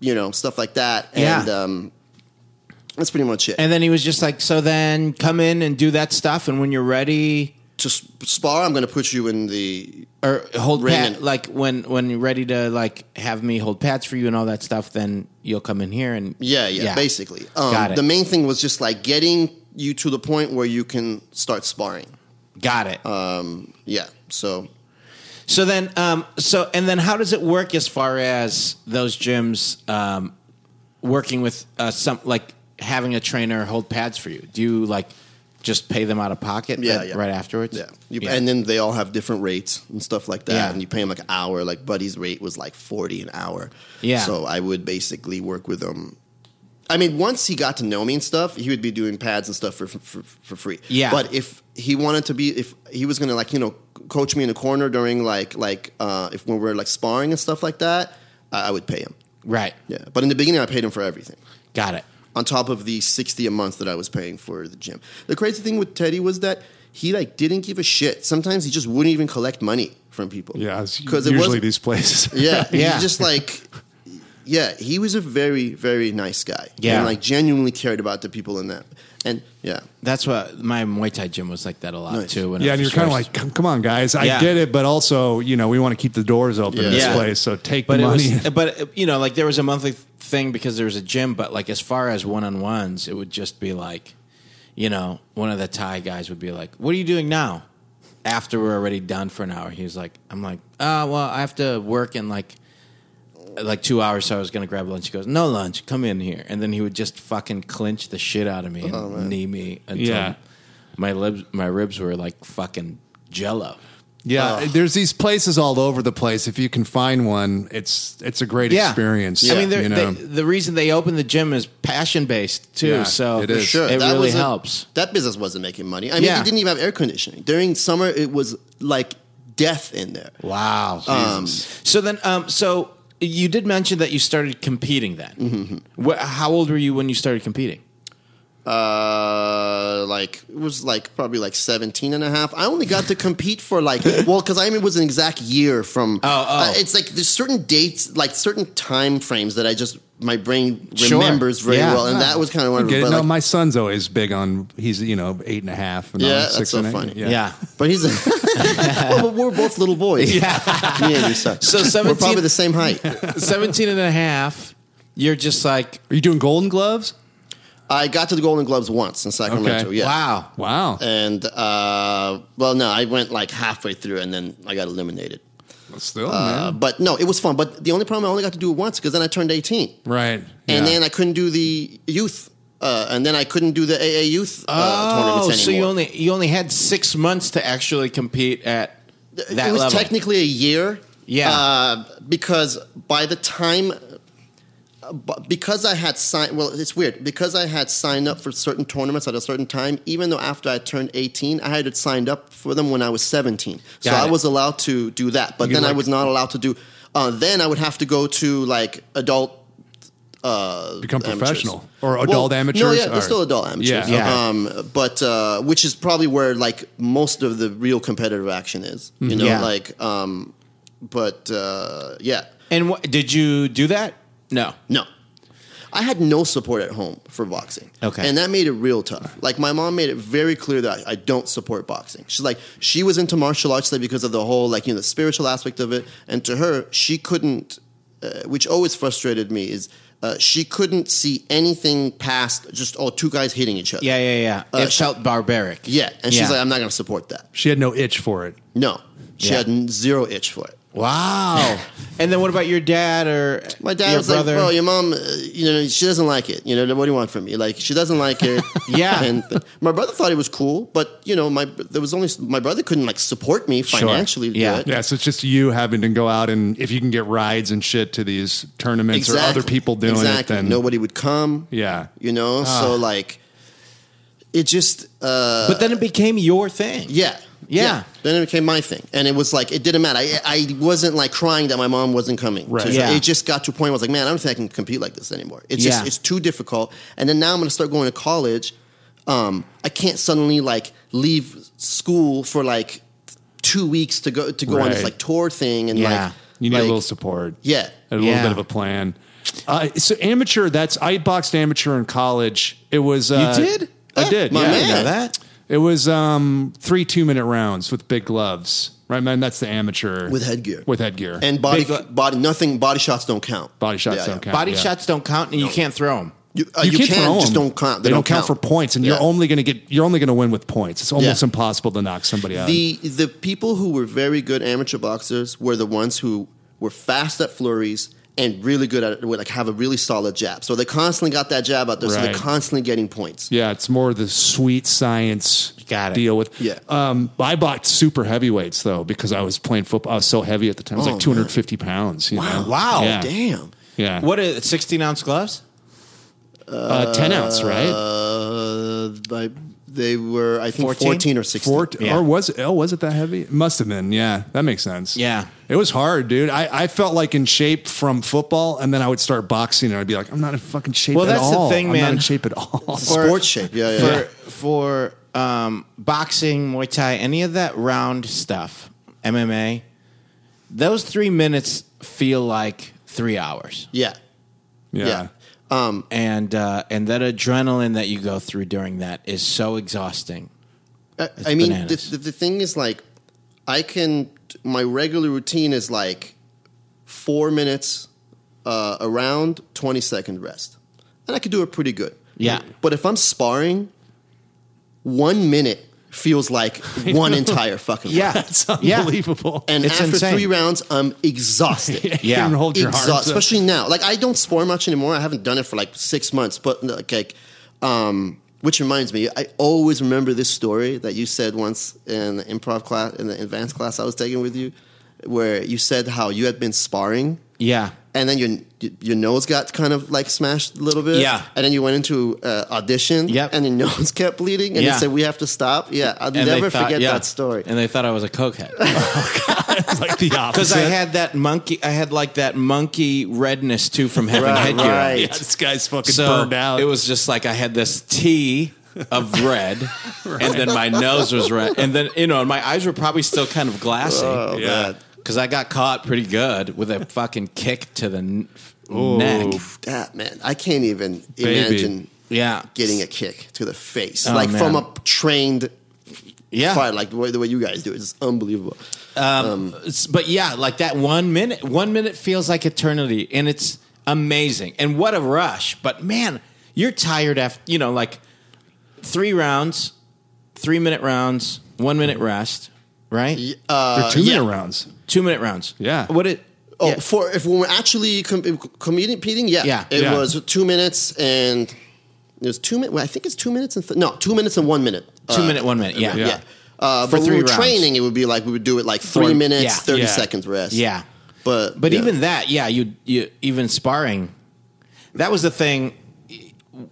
you know stuff like that.
Yeah.
And um, that's pretty much it.
And then he was just like, "So then, come in and do that stuff, and when you're ready,
to s- spar, I'm going to put you in the
or hold
Ring
pat,
it.
like when when you're ready to like have me hold pads for you and all that stuff, then you'll come in here and
Yeah, yeah, basically. Um,
Got it.
The main thing was just like getting you to the point where you can start sparring.
got it.
Um, yeah, so
so then, um, so and then, how does it work as far as those gyms um, working with uh, some like having a trainer hold pads for you? Do you like just pay them out of pocket?
yeah,
then-
yeah.
right afterwards.
Yeah. You, And then they all have different rates and stuff like that.
Yeah.
And you pay them like an hour. Like Buddy's rate was like 40 an hour.
Yeah.
So I would basically work with him. I mean, once he got to know me and stuff, he would be doing pads and stuff for for, for free.
Yeah.
But if he wanted to be, if he was gonna like you know coach me in a corner during like like uh, if when we're like sparring and stuff like that, I, I would pay him.
right.
Yeah, but in the beginning, I paid him for everything
Got it.
on top of the sixty a month that I was paying for the gym. The crazy thing with Teddy was that he like didn't give a shit. Sometimes he just wouldn't even collect money from people.
Yeah, it's
it
usually
was
these places.
yeah, yeah.
Yeah.
He just like yeah, he was a very very nice guy.
Yeah.
and like genuinely cared about the people in that. And yeah,
That's what my Muay Thai gym was like that a lot
Nice.
too. when I
yeah, and you're
first
kind of
started.
like, come, come on, guys, I
Yeah.
get it, but also, you know, we want to keep the doors open in this
Yeah.
place, so take
but
the money.
it was, but you know, like there was a monthly thing because there was a gym, but like as far as one on ones, it would just be like, you know, one of the Thai guys would be like, "What are you doing now?" after we're already done for an hour. He was like, I'm like, uh, well, I have to work in like like two hours, so I was gonna grab lunch. He goes, No lunch, come in here. And then he would just fucking clinch the shit out of me and knee me until
Yeah.
my ribs my ribs were like fucking jello.
Yeah, there's these places all over the place. If you can find one, it's it's a great experience.
I mean, they're-
you know?
they, the reason they opened the gym is passion based too.
Yeah,
so
it is. Sure,
it
that
really
wasn't-
helps.
That business wasn't making money. I mean,
Yeah.
it didn't even have air conditioning during summer. It was like death in there.
Wow.
Um,
so then, um, so you did mention that you started competing then. Wh- how old were you when you started competing?
uh, like it was like probably like 17 and a half. I only got to compete for like, well, cause I mean, it was an exact year from,
Oh, oh.
Uh, it's like there's certain dates, like certain time frames that I just, my brain
Sure.
remembers very
Yeah.
well. And that was kind of wonderful.
Get it?
but,
no,
like,
my son's always big on. He's you know eight and a half. And
Yeah,
all,
that's
six
so
and eight.
funny.
Yeah.
but he's, well, but we're both little boys. Yeah. Me and you, so.
So
we're
17
probably the same height.
17 and a half, you're just like,
Are you doing Golden Gloves?
I got to the Golden Gloves once in Sacramento.
Okay.
Yeah.
wow.
Wow,
And uh, well, no, I went like halfway through, and then I got eliminated.
still
Uh, but no, it was fun. But the only problem I only got to do it once because then I turned eighteen,
right? yeah.
and then I couldn't do the youth, uh, and then I couldn't do the AA youth uh,
Oh,
tournaments
so
anymore.
you only you only had six months to actually compete at that
it was
level.
technically a year.
Yeah.
Uh, because by the time, uh, bu- because I had signed, well, it's weird. Because I had signed up for certain tournaments at a certain time, even though after I turned 18, I had signed up for them when I was 17. So
Got
I
it.
was allowed to do that. But
You
then I
like-
was not allowed to do, uh, then I would have to go to like adult. Uh,
Become
amateurs.
professional. Or
Well,
adult
No,
amateurs?
yeah,
Or-
they're still adult amateurs.
okay.
Yeah,
Um, but uh, which is probably where like most of the real competitive action is. You know,
Mm-hmm. Yeah.
like um, but uh, yeah,
and what, did you do that? No.
no. I had no support at home for boxing.
Okay.
And that made it real tough. Like, my mom made it very clear that I, I don't support boxing. She's like, she was into martial arts like, because of the whole, like, you know, the spiritual aspect of it. And to her, she couldn't, uh, which always frustrated me, is uh, she couldn't see anything past just, oh, two guys hitting each other.
Yeah, yeah, yeah.
Uh,
it felt barbaric.
Yeah. And
Yeah.
she's like, I'm not going to support that.
she had no itch for it.
No. She
Yeah.
had n- zero itch for it.
Wow. and then what about your dad or
My dad
your
was
brother?
like, "Bro, your mom, uh, you know, she doesn't like it. You know, what do you want from me? Like, she doesn't like it."
Yeah.
And my brother thought it was cool, but you know, my there was only my brother couldn't like support me financially. to do
Yeah.
it.
Yeah, so it's just you having to go out and if you can get rides and shit to these tournaments or other people doing
exactly.
it, then
nobody would come.
Yeah,
You know,
Ah.
so like, it just uh,
but then it became your thing.
yeah.
Yeah.
Then it became my thing. And it was like, it didn't matter. I, I wasn't like crying that my mom wasn't coming.
Right.
So
Yeah.
It just got to a point where I was like, man, I don't think I can compete like this anymore. It's
Yeah.
just, it's too difficult. And then now I'm going to start going to college. Um, I can't suddenly like leave school for like two weeks to go, to go on this
Right.
like tour thing. And
Yeah.
like,
you need a
like,
little support.
yeah.
a
Yeah.
little bit of a plan. Uh, so amateur, that's I boxed amateur in college. It was uh,
did?
I did.
my
yeah.
You know
man.
that?
It was um, three two minute rounds with big gloves. Right, man. That's the amateur
With headgear.
With headgear
And body,
Big-
body, nothing, body shots don't count.
uh, body shots
Yeah,
don't
yeah.
count.
Body
yeah.
shots don't count and you can't throw them.
You, uh,
you,
you,
can't
can,
throw
just
them.
don't count. They,
don't, count. for points, and you're
Yeah.
only going to get you're only going to win with points. It's almost
Yeah.
impossible to knock somebody out.
The the people who were very good amateur boxers were the ones who were fast at flurries and really good at would like have a really solid jab. So they constantly got that jab out there. So
Right.
they're constantly getting points.
Yeah, it's more the sweet science
Got it.
deal with.
Yeah.
Um, I bought super heavyweights though because I was playing football. I was so heavy at the time. I was
Oh,
like 250 pounds. You wow. Know?
Wow.
Yeah.
Damn.
Yeah.
What are 16 ounce gloves?
Uh, 10 ounce, right?
Uh, I, they were I think
14?
14, or sixteen.
Four,
yeah.
Or was it? Oh, was it that heavy? It must have been. Yeah. That makes sense.
Yeah.
It was hard, dude. I, I felt like in shape from football, and then I would start boxing, and I'd be like, I'm not in fucking shape
Well,
at
that's the
all.
thing,
I'm not
man.
in shape at all.
For-
Sports shape. Yeah, yeah. yeah.
For, for um, boxing, Muay Thai, any of that round stuff, MMA, those three minutes feel like three hours.
yeah.
yeah.
Yeah. Um,
And, uh, and that adrenaline that you go through during that is so exhausting.
I, I mean, the,
bananas.
the, the thing is like, I can my regular routine is like four minutes uh, around, twenty second rest, and I could do it pretty good.
Yeah.
But if I'm sparring, one minute feels like one entire fucking round.
Yeah,
That's
unbelievable.
And
It's
after
insane.
three rounds, I'm exhausted.
Yeah.
You can hold your
Exhaust-
arms up.
especially now. Like I don't swear much anymore. I haven't done it for like six months. But like, like, um, which reminds me, I always remember this story that you said once in the improv class, in the advanced class I was taking with you, where you said how you had been sparring.
Yeah.
And then your your nose got kind of like smashed a little bit.
Yeah.
And then you went into uh, audition.
Yep.
And your nose kept bleeding. And
Yeah.
you said we have to stop. Yeah. I'll
And they
never
thought-
forget
yeah.
that story.
And they thought I was a cokehead.
It's like the
Because
opposite.
I had that monkey, I had like that monkey redness too from having
Right,
headgear. on.
right.
yeah, this guy's fucking
So
burned out.
it was just like I had this tea of red, and then my nose was red, and then you know, and my eyes were probably still kind of glassy.
Oh,
Yeah.
man.
Because I got caught pretty good with a fucking kick to the n- neck.
that man i can't even
Baby.
imagine
Yeah.
getting a kick to the face
Oh,
like from
man.
a trained
Yeah.
fight like the way, the way you guys do it is unbelievable
It's- but yeah, like that one minute, one minute feels like eternity, and it's amazing. And what a rush! But man, you're tired after you know, like three rounds, three minute rounds, one minute rest, right? Uh,
They're two
yeah.
minute rounds.
Two minute rounds.
Yeah.
What it?
oh
yeah.
for if we were actually com- competing yeah,
Yeah.
it
Yeah.
was two minutes and it was two minutes i think it's two minutes and th- no two minutes and one minute
two
Uh,
minute, one minute. Yeah.
yeah,
Yeah.
Uh,
For
but
three
when we were
rounds.
training it would be like we would do it like three
Four-
minutes
yeah.
30
Yeah.
seconds rest but
But
yeah.
even that, yeah, you you even sparring. That was the thing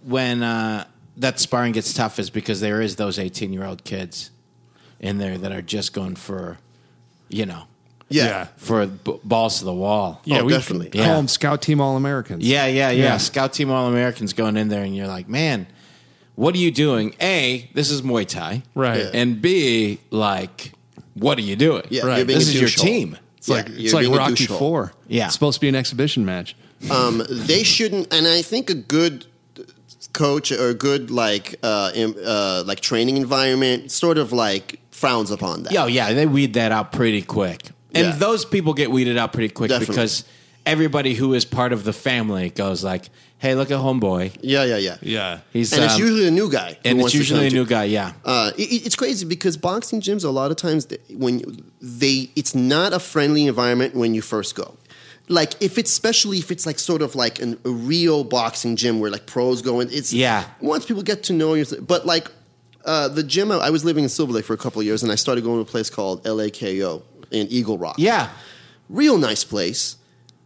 when uh, that sparring gets tough is because there is those eighteen year old kids in there that are just going for, you know,
yeah,
for b- balls to the wall.
Yeah,
Oh,
we
definitely.
call
Yeah.
them Scout Team All Americans.
Yeah, yeah, yeah.
Yeah.
Scout team All Americans going in there, and you're like, man, what are you doing? A, this is Muay Thai,
Right.
Yeah.
And B, like, what are you doing?
Yeah,
Right.
you're being
This
a
is your
douchehole.
team.
It's like,
Yeah,
it's
you're
like
being a
Rocky
douchehole.
Four.
Yeah.
It's supposed to be an exhibition match.
um, they shouldn't. And I think a good coach or a good like uh, im- uh, like training environment sort of like frowns upon that.
Yeah, oh, yeah, they weed that out pretty quick. And
Yeah.
those people get weeded out pretty quick
Definitely.
because everybody who is part of the family goes like, "Hey, look at homeboy.
yeah, yeah, yeah.
Yeah.
He's
and it's
um,
usually a new guy. who
and it's
wants to
usually
come
a
to-
new guy. Yeah,
Uh, it- it- it's crazy because boxing gyms a lot of times th- when you- they it's not a friendly environment when you first go. Like if it's especially if it's like sort of like an, a real boxing gym where like pros go in, it's
Yeah.
Once people get to know you, but like uh, the gym I, I was living in Silver Lake for a couple of years, and I started going to a place called LAKO in Eagle Rock.
yeah,
real nice place.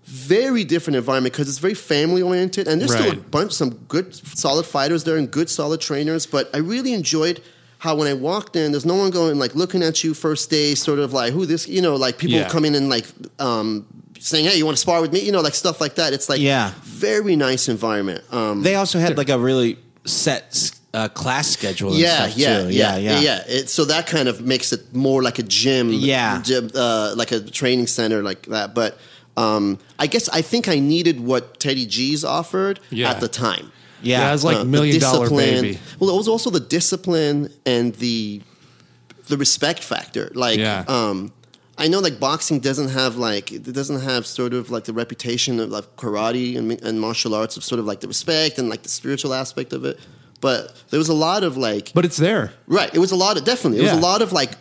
Very different environment because it's very family oriented, and there's still a
Right.
bunch some good solid fighters there and good solid trainers. But I really enjoyed how when I walked in, there's no one going like looking at you first day, sort of like who this, you know, like people
Yeah.
come in and like um, saying, "Hey, you want to spar with me?" You know, like stuff like that. It's like
Yeah.
very nice environment. Um,
they also had like a really set uh, class schedule. And
yeah,
stuff
yeah,
too.
yeah, yeah, It, so that kind of makes it more like a gym,
Yeah.
gym, uh, like a training center, like that. But um, I guess I think I needed what Teddy G's offered
Yeah.
at the time.
Yeah.
Yeah, it's like
Uh, the
million dollar
discipline-
baby.
Well, it was also the discipline and the the respect factor. Like,
Yeah.
um, I know like boxing doesn't have like it doesn't have sort of like the reputation of like karate and, and martial arts of sort of like the respect and like the spiritual aspect of it. But there was a lot of like
But it's there.
Right. It was a lot of definitely. It
Yeah.
was a lot of like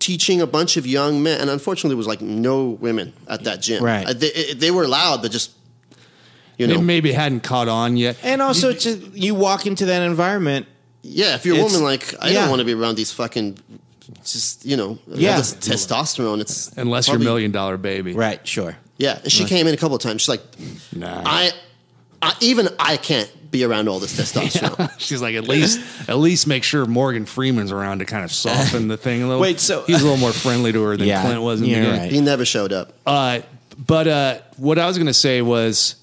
teaching a bunch of young men, and unfortunately, there was like no women at that gym.
Right.
Uh, They, it- they were allowed, but just you
It
know,
maybe hadn't caught on yet.
And also, it's just, you walk into that environment.
yeah. If you're a
it's-
woman, like I
yeah.
don't want to be around these fucking just you know, all
Yeah.
this testosterone. It's
Unless
probably-
you're million dollar baby.
Right, sure.
Yeah. And she came in a couple of times. She's like,
Nah.
I, I even I can't be around all this testosterone.
She's like, at least, at least make sure Morgan Freeman's around to kind of soften the thing a little.
Wait, so-
he's a little more friendly to her than
Yeah,
Clint was in the
you're
beginning.
right.
He never showed up.
Uh, but uh, what I was going to say was,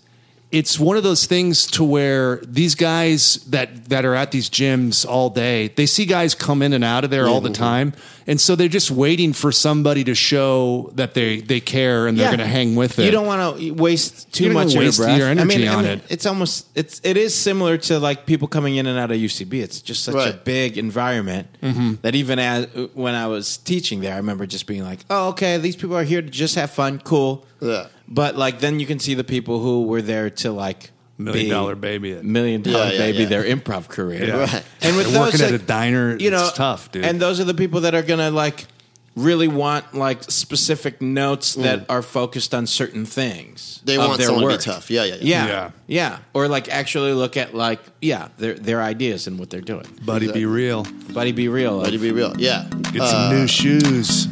it's one of those things to where these guys that that are at these gyms all day, they see guys come in and out of there all
Mm-hmm.
the time, and so they're just waiting for somebody to show that they they care and they're going to hang with it.
You don't want to waste too
You don't
much of
waste
your breath.
your energy on it.
It's almost it's it is similar to like people coming in and out of UCB. It's just such a
Right.
big environment
Mm-hmm.
that even as when I was teaching there, I remember just being like, "Oh, okay, these people are here to just have fun, cool."
Yeah.
But like then you can see the people who were there to like
Million
be
dollar baby at-
million dollar
Yeah, yeah,
baby
yeah.
their improv career.
Yeah.
Right.
And with
They're working
those,
at
like,
a diner,
you know,
it's tough, dude.
And those are the people that are gonna like really want like specific notes that are focused on certain things.
Mm. They
of
want
their
someone
work.
to be tough. Yeah, yeah,
Yeah.
Yeah.
yeah, or like actually look at like yeah their their ideas and what they're doing.
Buddy, be real.
Buddy, be real.
But to be real, yeah. Uh,
Get
Uh,
some new shoes.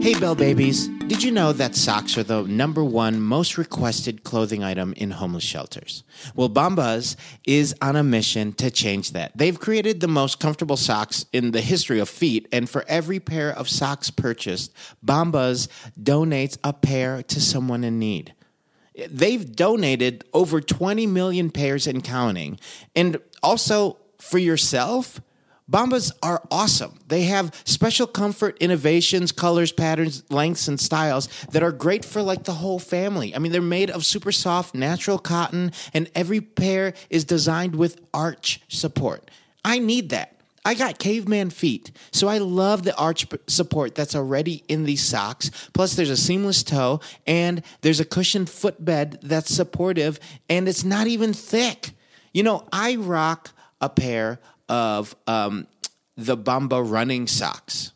Hey, Bell Babies. Did you know that socks are the number one most requested clothing item in homeless shelters? Well, Bombas is on a mission to change that. They've created the most comfortable socks in the history of feet, and for every pair of socks purchased, Bombas donates a pair to someone in need. They've donated over 20 million pairs and counting. And also for yourself, Bombas are awesome. They have special comfort innovations, colors, patterns, lengths, and styles that are great for like the whole family. I mean, they're made of super soft, natural cotton, and every pair is designed with arch support. I need that. I got caveman feet, so I love the arch p- support that's already in these socks. Plus, there's a seamless toe, and there's a cushioned footbed that's supportive, and it's not even thick. You know, I rock a pair of um, the Bamba running socks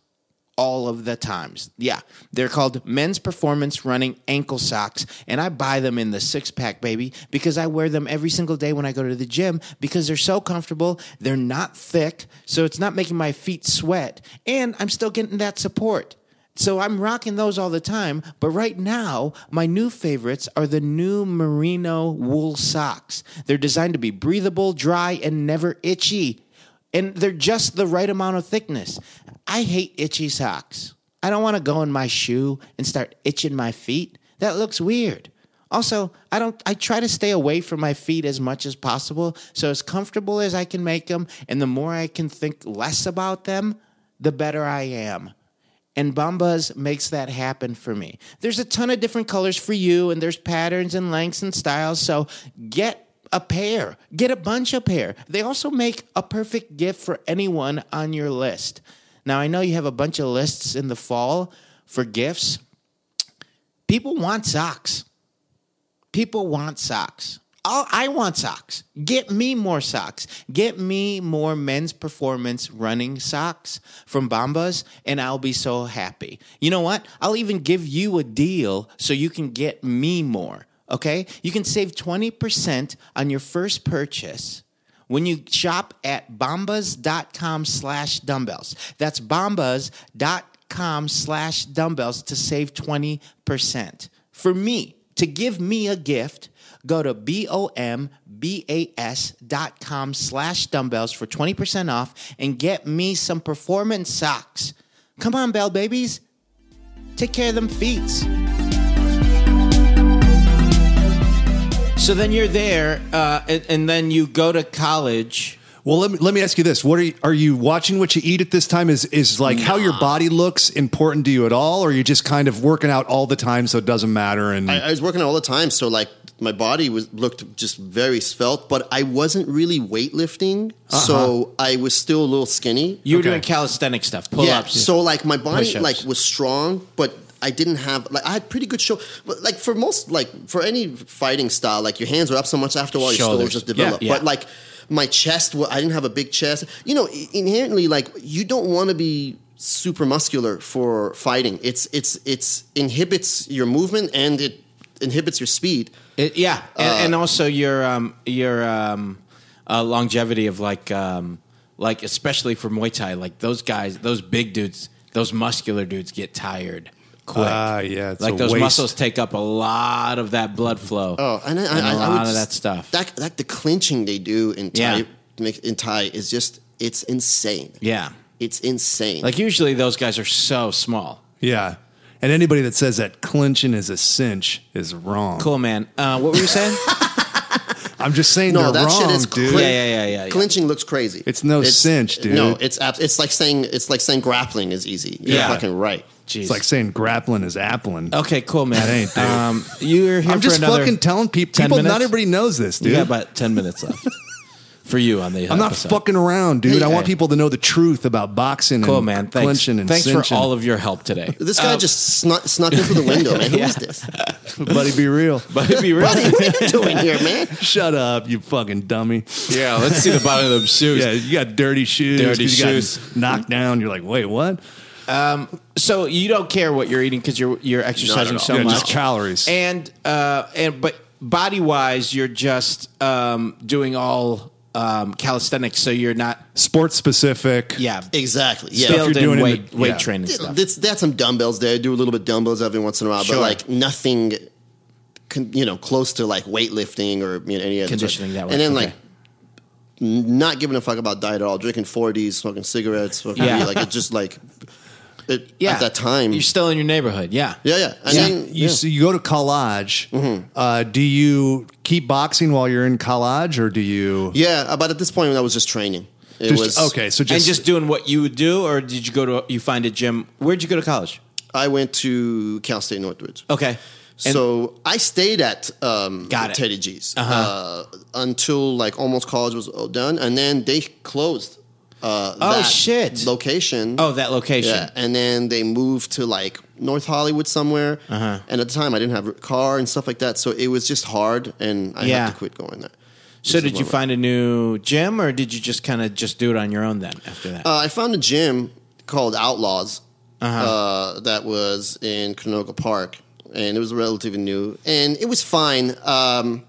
all of the times. Yeah, they're called men's performance running ankle socks, and I buy them in the six pack, baby, because I wear them every single day when I go to the gym because they're so comfortable. They're not thick, so it's not making my feet sweat, and I'm still getting that support. So I'm rocking those all the time, but right now my new favorites are the new merino wool socks. They're designed to be breathable, dry, and never itchy and they're just the right amount of thickness. I hate itchy socks. I don't want to go in my shoe and start itching my feet. That looks weird. Also, I don't I try to stay away from my feet as much as possible, so as comfortable as I can make them and the more I can think less about them, the better I am. And Bombas makes that happen for me. There's a ton of different colors for you, and there's patterns and lengths and styles. So get a pair, get a bunch of pair. They also make a perfect gift for anyone on your list. Now, I know you have a bunch of lists in the fall for gifts. People want socks. People want socks. I'll, I want socks. Get me more socks. Get me more men's performance running socks from Bombas, and I'll be so happy. You know what? I'll even give you a deal so you can get me more. Okay? You can save 20% on your first purchase when you shop at bombas.com slash dumbbells. That's bombas.com slash dumbbells to save 20%. For me, to give me a gift, go to B-O-M-B-A-S dot com slash dumbbells for 20% off and get me some performance socks. Come on, Bell Babies. Take care of them feet. So then you're there, uh, and, and then you go to college.
Well, let me let me ask you this: What are you, are you watching? What you eat at this time is is like how your body looks important to you at all, or are you just kind of working out all the time so it doesn't matter? And
I, I was working all the time, so like my body was looked just very svelte, but I wasn't really weightlifting, so I was still a little skinny.
You were
Okay.
doing calisthenic stuff, pull
yeah,
ups.
so like my body
Push-ups.
like was strong, but I didn't have like I had pretty good show. But like for most like for any fighting style, like your hands are up so much after a while, your shoulders
Shoulders.
just develop.
Yeah, yeah.
But like my chest, wa- I didn't have a big chest. You know, i- inherently like you don't want to be super muscular for fighting. It's it's it's inhibits your movement and it inhibits your speed.
It- yeah, and,
Uh,
and also your um, your um, uh, longevity of like um, like especially for Muay Thai, like those guys, those big dudes, those muscular dudes get tired quick.
Ah, yeah, it's
like
a
those
waste.
muscles take up a lot of that blood flow.
Oh, and, I, I,
a
I- I
lot
would
of
just-
that stuff.
That that the clinching they do in Thai
Yeah.
make- in Thai is just it's insane.
yeah,
It's insane.
like usually those guys are so small.
yeah, and anybody that says that clinching is a cinch is wrong.
Cool, man. Uh, what were you saying?
I'm just saying
No,
they're
that
wrong,
shit is
dude.
clean.
Yeah, yeah, yeah, yeah, yeah.
Clinching looks crazy.
It's no cinch, dude.
No, it's abs- it's like saying it's like saying grappling is easy. You're
Yeah.
fucking right.
Jeez.
It's like saying grappling is appling.
okay, cool, man.
That ain't, dude.
Um, you're Oh, here
I'm
for
just
another
fucking telling peop-
10
people. Not
minutes?
everybody knows this, dude.
You got about 10 minutes left. for you on the.
I'm not
episode.
fucking around, dude.
Hey,
I want
hey.
people to know the truth about boxing
Cool,
and
man. Thanks,
clenching and
thanks for
cinching.
all of your help today. Uh,
This guy just snuck, snuck in through the window, man. Who is this?
Buddy, be real.
But it'd be real.
Buddy, what are you doing here, man?
Shut up, you fucking dummy.
yeah, let's see the bottom of those shoes.
Yeah, you got dirty shoes.
Dirty
you got
shoes.
knocked down. You're like, wait, what?
So you don't care what you're eating because you're you're
Not at
exercising
all.
so
Yeah,
much.
just calories.
and uh, and but body wise, you're just um, doing all um, calisthenics, so you're not
Sports specific.
yeah
Exactly. Yeah.
building
you're doing in
weight
the-
weight
yeah.
training stuff.
That's, that's some dumbbells there. I do a little bit of dumbbells every once in a while,
Sure.
but like nothing, con, you know, close to like weightlifting or you know, any other
Conditioning that way.
And then
Okay.
like n- not giving a fuck about diet at all, drinking 40s, smoking cigarettes, smoking
Yeah.
weed, like it just like it,
yeah,
at that time.
you're still in your neighborhood. Yeah,
yeah, yeah. I
You,
mean,
you,
yeah. Mm-hmm.
so you go to college. Uh, do you keep boxing while you're in college, or do you
yeah, but at this point, I was just training. It
just
was
okay? So just,
and just doing what you would do, or did you go to you find a gym? Where'd you go to college?
I went to Cal State Northridge.
Okay, and
so I stayed at um,
Got it. Uh-huh.
Teddy G's uh until like almost college was all done, and then they closed. Uh,
Oh,
that
shit.
Location.
oh that location.
Yeah, and then they moved to like North Hollywood somewhere.
Uh-huh.
And at the time, I didn't have a car and stuff like that, so it was just hard, and I
Yeah.
had to quit going there.
So
This is
did you
what-
find a new gym, or did you just kind of just do it on your own then? After that,
Uh, I found a gym called Outlaws
Uh-huh.
uh, that was in Canoga Park, and it was relatively new, and it was fine. Um,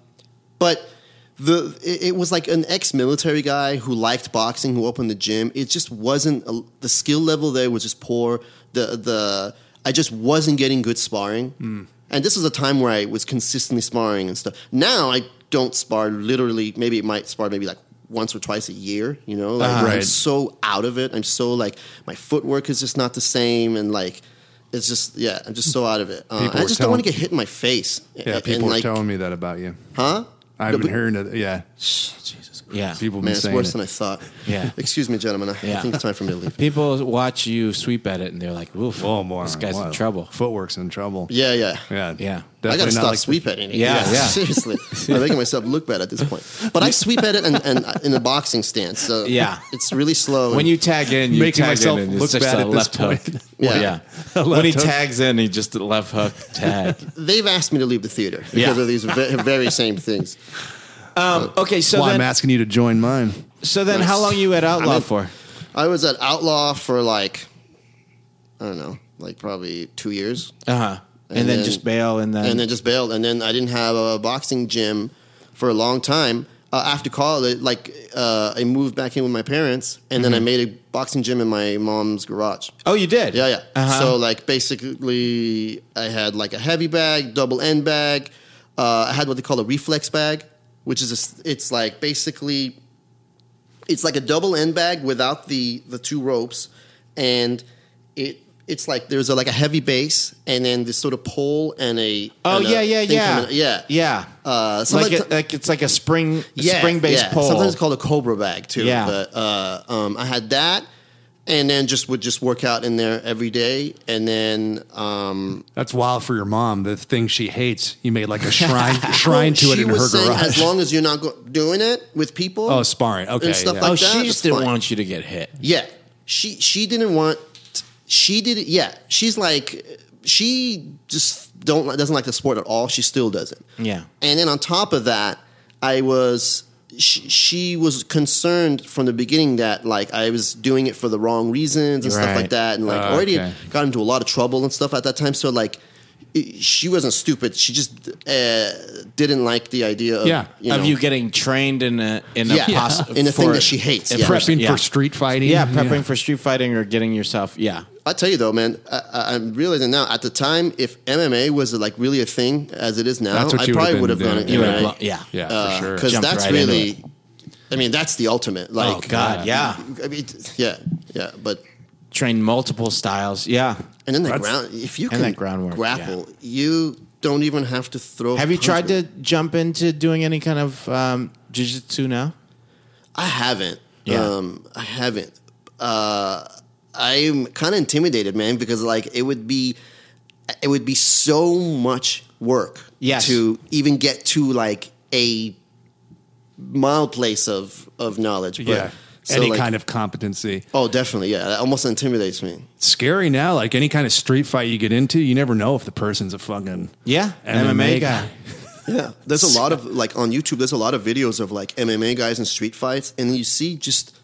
but the it, it was like an ex-military guy who liked boxing who opened the gym. It just wasn't a, the skill level there was just poor. The the I just wasn't getting good sparring,
Hmm.
and this was a time where I was consistently sparring and stuff. Now I don't spar literally. Maybe it might spar maybe like once or twice a year. You know, like I'm
Ah, Right.
so out of it. I'm so like my footwork is just not the same, and like. It's just yeah, I'm just so out of it. Uh,
People
I
were
just don't want to
telling-
get hit in my face.
yeah,
And,
people are
like,
telling me that about you.
huh?
I've
No,
been
but-
hearing it. Yeah,
Jesus Christ.
yeah,
people have
Man,
been
it's
saying
worse
it.
than I thought.
Yeah.
Excuse me, gentlemen. I,
Yeah.
I think it's time for me to leave.
people watch you sweep at it, and they're like, "Oof,
Oh, moron.
this guy's in
Wow.
trouble."
Footwork's in trouble.
Yeah, yeah.
yeah,
Yeah.
I gotta
Definitely not
stop
like-
sweeping.
Yeah, yeah.
Seriously, I'm making myself look bad at this point. But I sweep at it and, and uh, in a boxing stance. So
Yeah.
it's really slow.
When you tag in, you
Making
tag
myself
in, and it's
look
just
bad
a
at this
left
point.
hook.
Yeah.
yeah. when he
hook.
tags in, he just a left hook tag.
they've asked me to leave the theater because
Yeah.
of these ve- very same things.
um, okay, so
Why I'm
then,
asking you to join mine.
so then, how long you at Outlaw
I mean-
for?
I was at Outlaw for like I don't know, like probably two years.
Uh huh. And,
And
then,
then-
just bail, and then,
and then just bailed. And then I didn't have a boxing gym for a long time. Uh, after college, like uh, I moved back in with my parents, and then I made a boxing gym in my mom's garage.
oh, you did?
Yeah, yeah.
Uh-huh.
So like basically, I had like a heavy bag, double end bag. Uh, I had what they call a reflex bag, which is a s it's like basically it's like a double end bag without the the two ropes, and it. It's like there's a, like a heavy base, and then this sort of pole and a
oh
and uh, a
yeah, yeah,
thing
yeah,
coming- yeah
yeah.
Uh,
like,
sometimes-
it, like it's like a spring, spring based
yeah.
pole.
Sometimes it's called a cobra bag too.
Yeah.
But uh, um, I had that, and then just would just work out in there every day, and then um,
That's wild for your mom. The thing she hates, you made like a shrine shrine to it
oh, she
in her
was saying
garage.
as long as you're not go- doing it with people.
oh, sparring. Okay,
and stuff
yeah.
oh,
like that,
she
it's
just didn't
fine.
want you to get hit.
Yeah, she she didn't want. She did. Yeah, she's like she just don't li- doesn't like the sport at all. She still doesn't.
Yeah.
And then on top of that, I was she, she was concerned from the beginning that like I was doing it for the wrong reasons and stuff
Right.
like that, and like
Oh,
already
okay.
got into a lot of trouble and stuff at that time. So like. it- She wasn't stupid. She just uh, didn't like the idea of
Yeah.
you know,
of you getting trained in a in a
Yeah.
poss-
In a thing
for-
that she hates,
in
yeah.
person,
prepping
yeah.
for street fighting.
Yeah, prepping for street fighting or getting yourself. Yeah,
I tell you though, man, I, I- I'm realizing now. At the time, if MMA was like really a thing as it is now,
That's what
I
you would've
probably
been
would have gone
doing.
to
you
Yeah.
would have
MMA.
blown. Yeah,
Yeah, for sure.
because
Jumped
that's
right into
really, I mean, that's the ultimate. Like, uh,
Oh God, yeah.
I mean, yeah, yeah. But
Trained multiple styles. Yeah.
and then that
That's-
ground, if you
and
can
that groundwork,
grapple, you don't even have to throw.
Have you tried to
punches.
jump into doing any kind of um, jujitsu now?
I haven't.
Yeah.
Um, I haven't. Uh, I'm kind of intimidated, man, because like it would be, it would be so much work
Yes.
to even get to like a mild place of of knowledge. But,
yeah. Any kind of competency.
Oh, definitely. Yeah, that almost intimidates me.
It's scary now. Like any kind of street fight you get into, you never know if the person's a fucking
Yeah,
MMA,
MMA
guy.
guy.
Yeah, there's a lot of like on YouTube. There's a lot of videos of like MMA guys in street fights, and you see just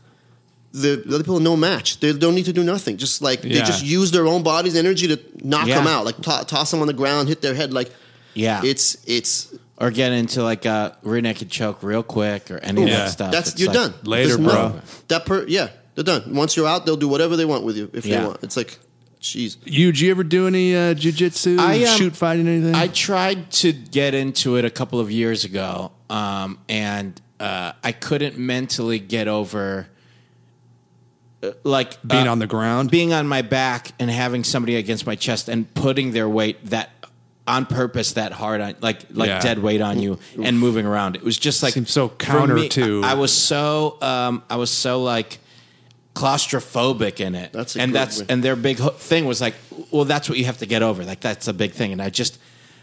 the, the other people no match. They don't need to do nothing. Just like they
Yeah.
just use their own body's energy to knock
Yeah.
them out, like to- toss them on the ground, hit their head. Like
Yeah.
it's it's
or get into like a rear naked choke real quick or any of
Yeah.
that stuff.
that's
It's
you're
like-
done
Later,
There's
bro.
nothing. That per yeah, they're done. Once you're out, they'll do whatever they want with you if
Yeah.
they want. It's like, jeez.
You, did you ever do any uh, jujitsu,
I, um,
shoot fighting, anything?
I tried to get into it a couple of years ago, um, and uh, I couldn't mentally get over uh, like
Being
uh,
on the ground?
being on my back and having somebody against my chest and putting their weight that on purpose that hard on like like
Yeah.
dead weight on you and moving around. It was just like
Seems so
for
counter
me,
to-
I, I was so um, I was so like claustrophobic in it.
That's a
and
good
that's
way.
and their big ho- thing was like, well, that's what you have to get over. Like that's a big thing. And I just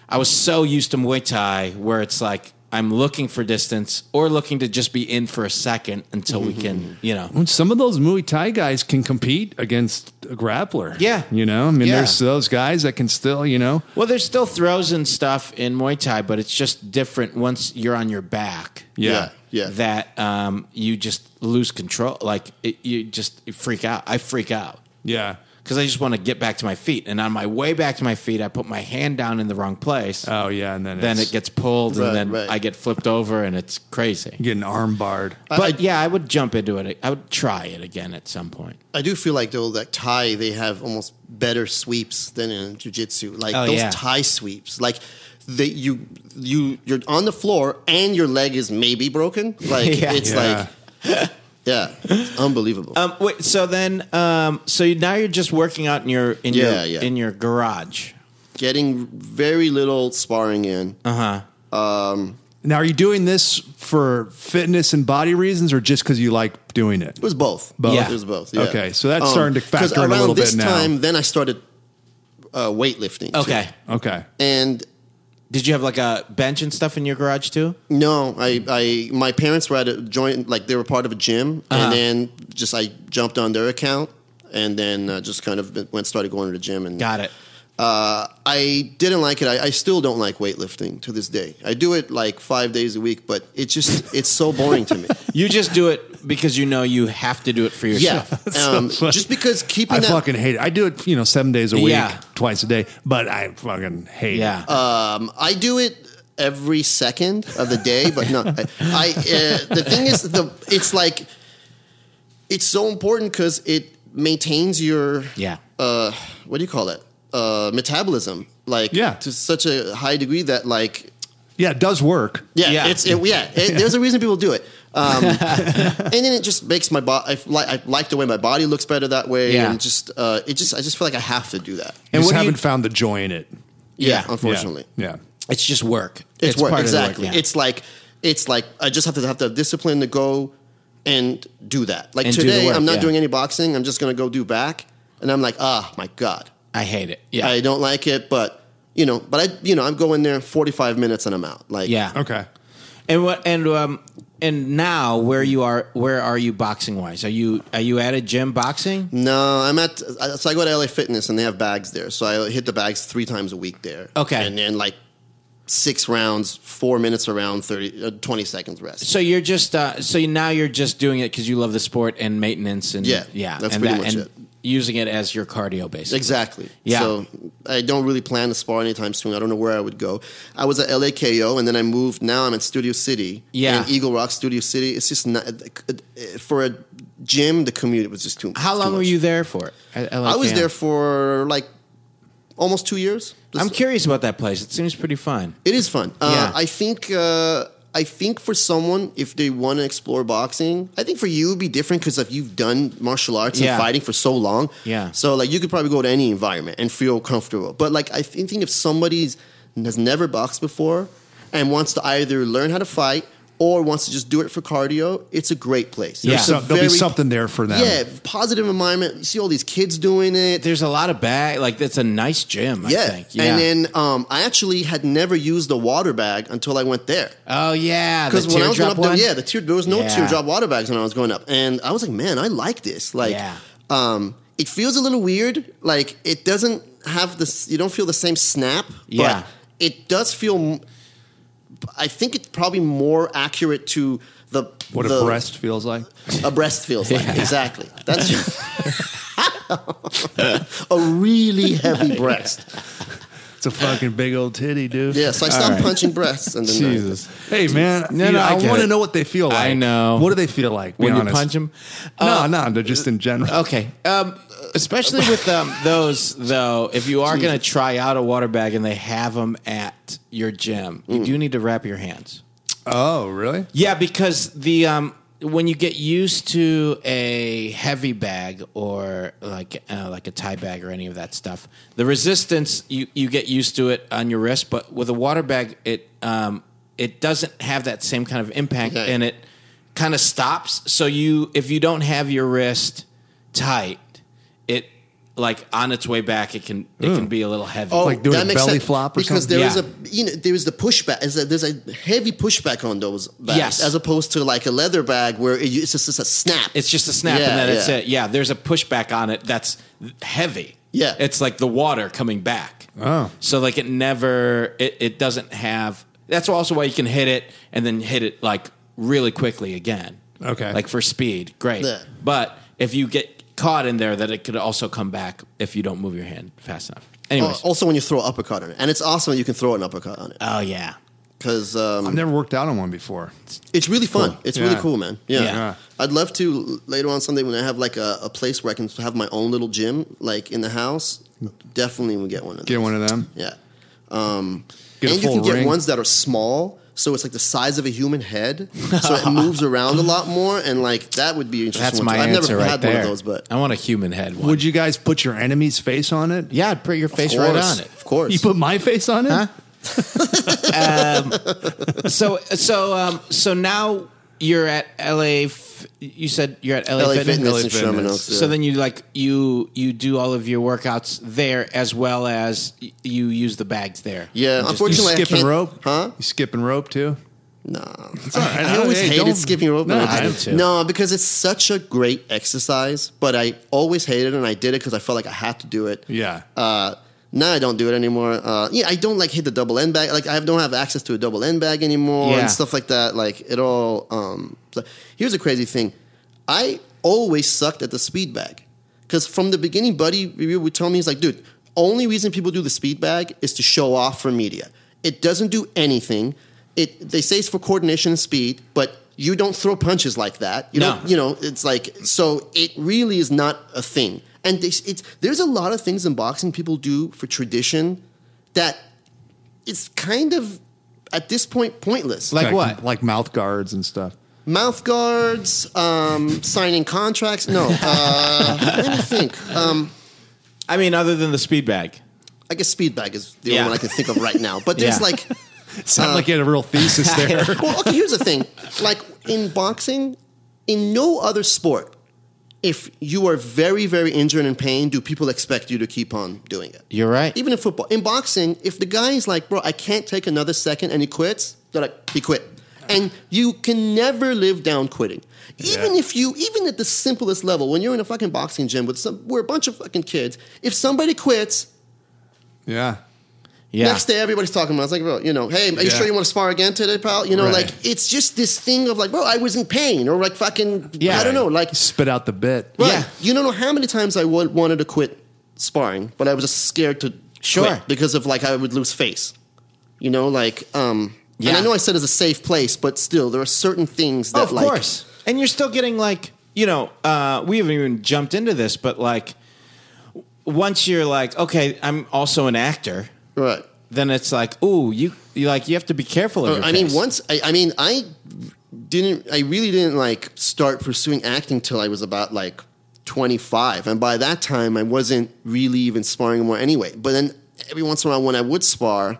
I was so used to Muay Thai where it's like I'm looking for distance or looking to just be in for a second until we
Mm-hmm.
can, you know.
some of those Muay Thai guys can compete against a grappler.
Yeah.
You know, I mean,
Yeah.
there's those guys that can still, you know,
Well, there's still throws and stuff in Muay Thai, but it's just different once you're on your back.
Yeah.
yeah, yeah.
That um, you just lose control. Like it, you just freak out. I freak out
yeah.
because I just want to get back to my feet. And on my way back to my feet, I put my hand down in the wrong place.
Oh, yeah. And then,
then
it's
it gets pulled,
Right,
and then
right.
I get flipped over, and it's crazy.
getting arm barred.
But yeah, I would jump into it. I would try it again at some point.
I do feel like though that Thai they have almost better sweeps than in jujitsu. Like
Oh,
those
yeah.
Thai sweeps, like they you you you're on the floor and your leg is maybe broken. Like
Yeah.
it's like yeah, it's unbelievable.
Um, wait, so then, um, so you, now you're just working out in your in
Yeah,
your
yeah.
in your garage.
Getting very little sparring in.
Uh-huh.
Now, are you doing this for fitness and body reasons or just because you like doing it?
It was both.
Both?
Yeah.
It was both. yeah. Um,
Okay, so that's starting to
'cause
factor in a
around
little bit
this
now.
time, then I started uh, weightlifting. too.
Okay.
Okay.
and
Did you have like a bench and stuff in your garage too?
No, I, I my parents were at a joint like they were part of a gym,
Uh-huh.
and then just I jumped on their account, and then uh, just kind of went started going to the gym. And
Got it.
uh, I didn't like it. I, I still don't like weightlifting to this day. I do it like five days a week, but it's just it's so boring to me.
You just do it because you know you have to do it for
Yeah,
yourself.
um,
funny.
just because keeping
I
that
fucking hate it. I do it, you know, seven days a week,
Yeah.
twice a day, but I fucking hate
Yeah.
it.
Um, I do it every second of the day, but no. I, I uh, the thing is, the it's like it's so important because it maintains your
Yeah.
Uh, what do you call it? Uh, metabolism, like
Yeah.
to such a high degree that like
Yeah, it does work.
yeah,
Yeah.
it's it, yeah. It, there's a reason people do it. Um, and then it just makes my body. I, like, I like the way my body looks better that way,
Yeah.
and just uh, it just I just feel like I have to do that.
You
And
just
what do you-
haven't found the joy in it.
Yeah.
unfortunately.
Yeah.
It's just work.
It's, work
part of the
exactly.
yeah.
It's like it's like I just have to have to have discipline to go and do that. Like
And do the
today,
work,
I'm not
yeah.
doing any boxing. I'm just gonna go do back, and I'm like, ah, my god,
I hate it. Yeah.
I don't like it, but you know, but I, you know, I'm going there 45 minutes and I'm out. Like,
yeah.
Yeah. Okay.
And what and um and now where you are where are you boxing wise? Are you are you at a gym boxing?
No, I'm at I- so I go to LA Fitness and they have bags there, so I hit the bags three times a week there.
Okay.
and then like six rounds, four minutes around, 30, uh, 20 seconds rest.
So you're just uh so you, now you're just doing it cuz you love the sport and maintenance and
Yeah,
yeah
that's
and
pretty much
and
it.
using it as your cardio basically.
Exactly.
Yeah.
So I don't really plan to spar anytime soon. I don't know where I would go. I was at LAKO and then I moved. Now I'm in Studio City.
Yeah.
In Eagle Rock, Studio City. It's just not for a gym. The commute was just too.
How
too
long were
much.
you there for? At
I was
LAKM?
there for like almost two years.
I'm
Just-
curious about that place. It seems pretty fun.
It is fun. Uh,
Yeah.
I think. Uh, I think for someone, if they want to explore boxing, I think for you it'd be different because if you've done martial arts
Yeah.
and fighting for so long,
Yeah.
So like you could probably go to any environment and feel comfortable. But like I think think if somebody's has never boxed before and wants to either learn how to fight or wants to just do it for cardio, it's a great place.
Yeah.
It's
So,
a
there'll be
very-
something there for them.
Yeah, positive environment. You see all these kids doing it.
There's a lot of bag. Like that's a nice gym. I
yeah.
think. Yeah.
And then um, I actually had never used the water bag until I went there.
oh yeah, the
Because when I was going
teardrop
up there,
one?
yeah, the tear there was no
Yeah.
teardrop water bags when I was going up, and I was like, man, I like this. Like,
Yeah.
um, it feels a little weird. Like it doesn't have this. You don't feel the same snap.
Yeah.
But it does feel. m- I think it's probably more accurate to the
What
the,
a breast feels like.
a breast feels like exactly. That's a really heavy breast.
It's a fucking big old titty, dude. Ah,
Yeah, so I stopped punching breasts, and then uh,
Jesus.
Hey man,
No,
you
no,
know,
I
I,
get
want
it.
to know what they feel like.
I know.
What do they feel like? Be
when you
honest.
punch him.
Oh.
No, no, no, just in general.
Okay. Um, especially with um, those, though, if you are going to try out a water bag and they have them at your gym, you do need to wrap your hands.
Oh, really?
Yeah, because the um, when you get used to a heavy bag or like uh, like a tie bag or any of that stuff, the resistance you, you get used to it on your wrist, but with a water bag, it um, it doesn't have that same kind of impact,
Okay.
and it kind of stops. So you if you don't have your wrist tight, it like on its way back, it can it can be a little heavy.
Oh,
Like doing
that
a
makes
belly
sense.
flop or
because
something?
there is
Yeah.
a you know there is the pushback. There's a, there's a heavy pushback on those bags,
Yes.
as opposed to like a leather bag where it, it's just it's a snap.
It's just a snap,
Yeah,
and then it's
yeah.
it. Yeah, there's a pushback on it that's heavy.
Yeah.
it's like the water coming back.
Oh.
so like it never, it, it doesn't have. That's also why you can hit it and then hit it like really quickly again.
Okay.
like for speed, great.
Yeah.
But if you get caught in there, that it could also come back if you don't move your hand fast enough.
Uh,
Anyways, oh,
also when you throw an uppercut on it, and it's awesome you can throw an uppercut on it
yeah,
because
I've
um,
never worked out on one before.
it's really fun. It's
Yeah.
really cool, man. Yeah.
Yeah.
I'd love to later on someday when I have like a, a place where I can have my own little gym, like in the house. Definitely would get one of those.
Get one of them.
Yeah. Um,
Get a
and you
full
can get
ring.
ones that are small, so it's like the size of a human head, so it moves around a lot more, and like that would be an interesting.
that's
one
my
too. I've
answer
never
right
had
there.
one of those, but
I want a human head one.
Would you guys put your enemy's face on it?
yeah, I'd put your face
Of
right
course.
on it.
Of course,
You put my face on it?
Huh? Um, so so um so now you're at LA. F- you said you're at LA,
LA
Fitness.
Fitness,
LA
in
Fitness.
Sherman Oaks.
So
yeah.
then you like you you do all of your workouts there as well as y- you use the bags there.
Yeah,
And just-
You
unfortunately- Actually, I
skipping
can't-
rope?
Huh?
You skipping rope too?
no,
right.
I always
Hey, don't-
hated skipping rope.
No,
when I
I
did
do
it.
too.
No, because it's such a great exercise, but I always hated it, and I did it because I felt like I had to do it.
Yeah.
Uh, now I don't do it anymore. Uh, yeah, I don't like hit the double end bag. Like I don't have access to a double end bag anymore
Yeah.
and stuff like that. Like it all. Um, so- here's a crazy thing. I always sucked at the speed bag because from the beginning, Buddy Review would tell me he's like, dude, only reason people do the speed bag is to show off for media. It doesn't do anything. It they say it's for coordination and speed, but you don't throw punches like that. You
No.
don't, you know, it's like so. It really is not a thing, and this, it's there's a lot of things in boxing people do for tradition that it's kind of at this point pointless.
Like what?
Like mouth guards and stuff.
mouth guards, um, signing contracts. No, uh, let me think. Um,
I mean, other than the speed bag.
I guess speed bag is the
Yeah.
only one I can think of right now. But there's
Yeah.
like, Uh,
Sound like you had a real thesis there.
well, okay. Here's the thing: like in boxing, in no other sport, if you are very, very injured and in pain, do people expect you to keep on doing it?
You're right.
Even in football, in boxing, if the guy is like, "Bro, I can't take another second," and he quits, they're like, "He quit." And you can never live down quitting. Even
Yeah.
if you, even at the simplest level, when you're in a fucking boxing gym with some, we're a bunch of fucking kids. If somebody quits,
yeah.
yeah.
Next day, everybody's talking about. It's like, bro, you know, hey, are
Yeah.
you sure you want to spar again today, pal? You know,
Right.
like it's just this thing of like, bro, I was in pain, or like fucking,
Yeah.
I don't know, like,
Spit out the bit.
right,
Yeah.
you don't know how many times I wa- wanted to quit sparring, but I was just scared to
Sure.
quit because of like I would lose face, you know, like, um, and
Yeah.
I know I said it's a safe place, but still, there are certain things that,
Oh, of
like,
course. And you're still getting like, you know, uh, we haven't even jumped into this, but like w- once you're like, okay, I'm also an actor,
right?
then it's like, ooh, you you like you have to be careful of your
Uh, I mean,
face.
once I, I mean, I didn't. I really didn't like start pursuing acting till I was about like twenty five, and by that time, I wasn't really even sparring more anyway. But then every once in a while, when I would spar,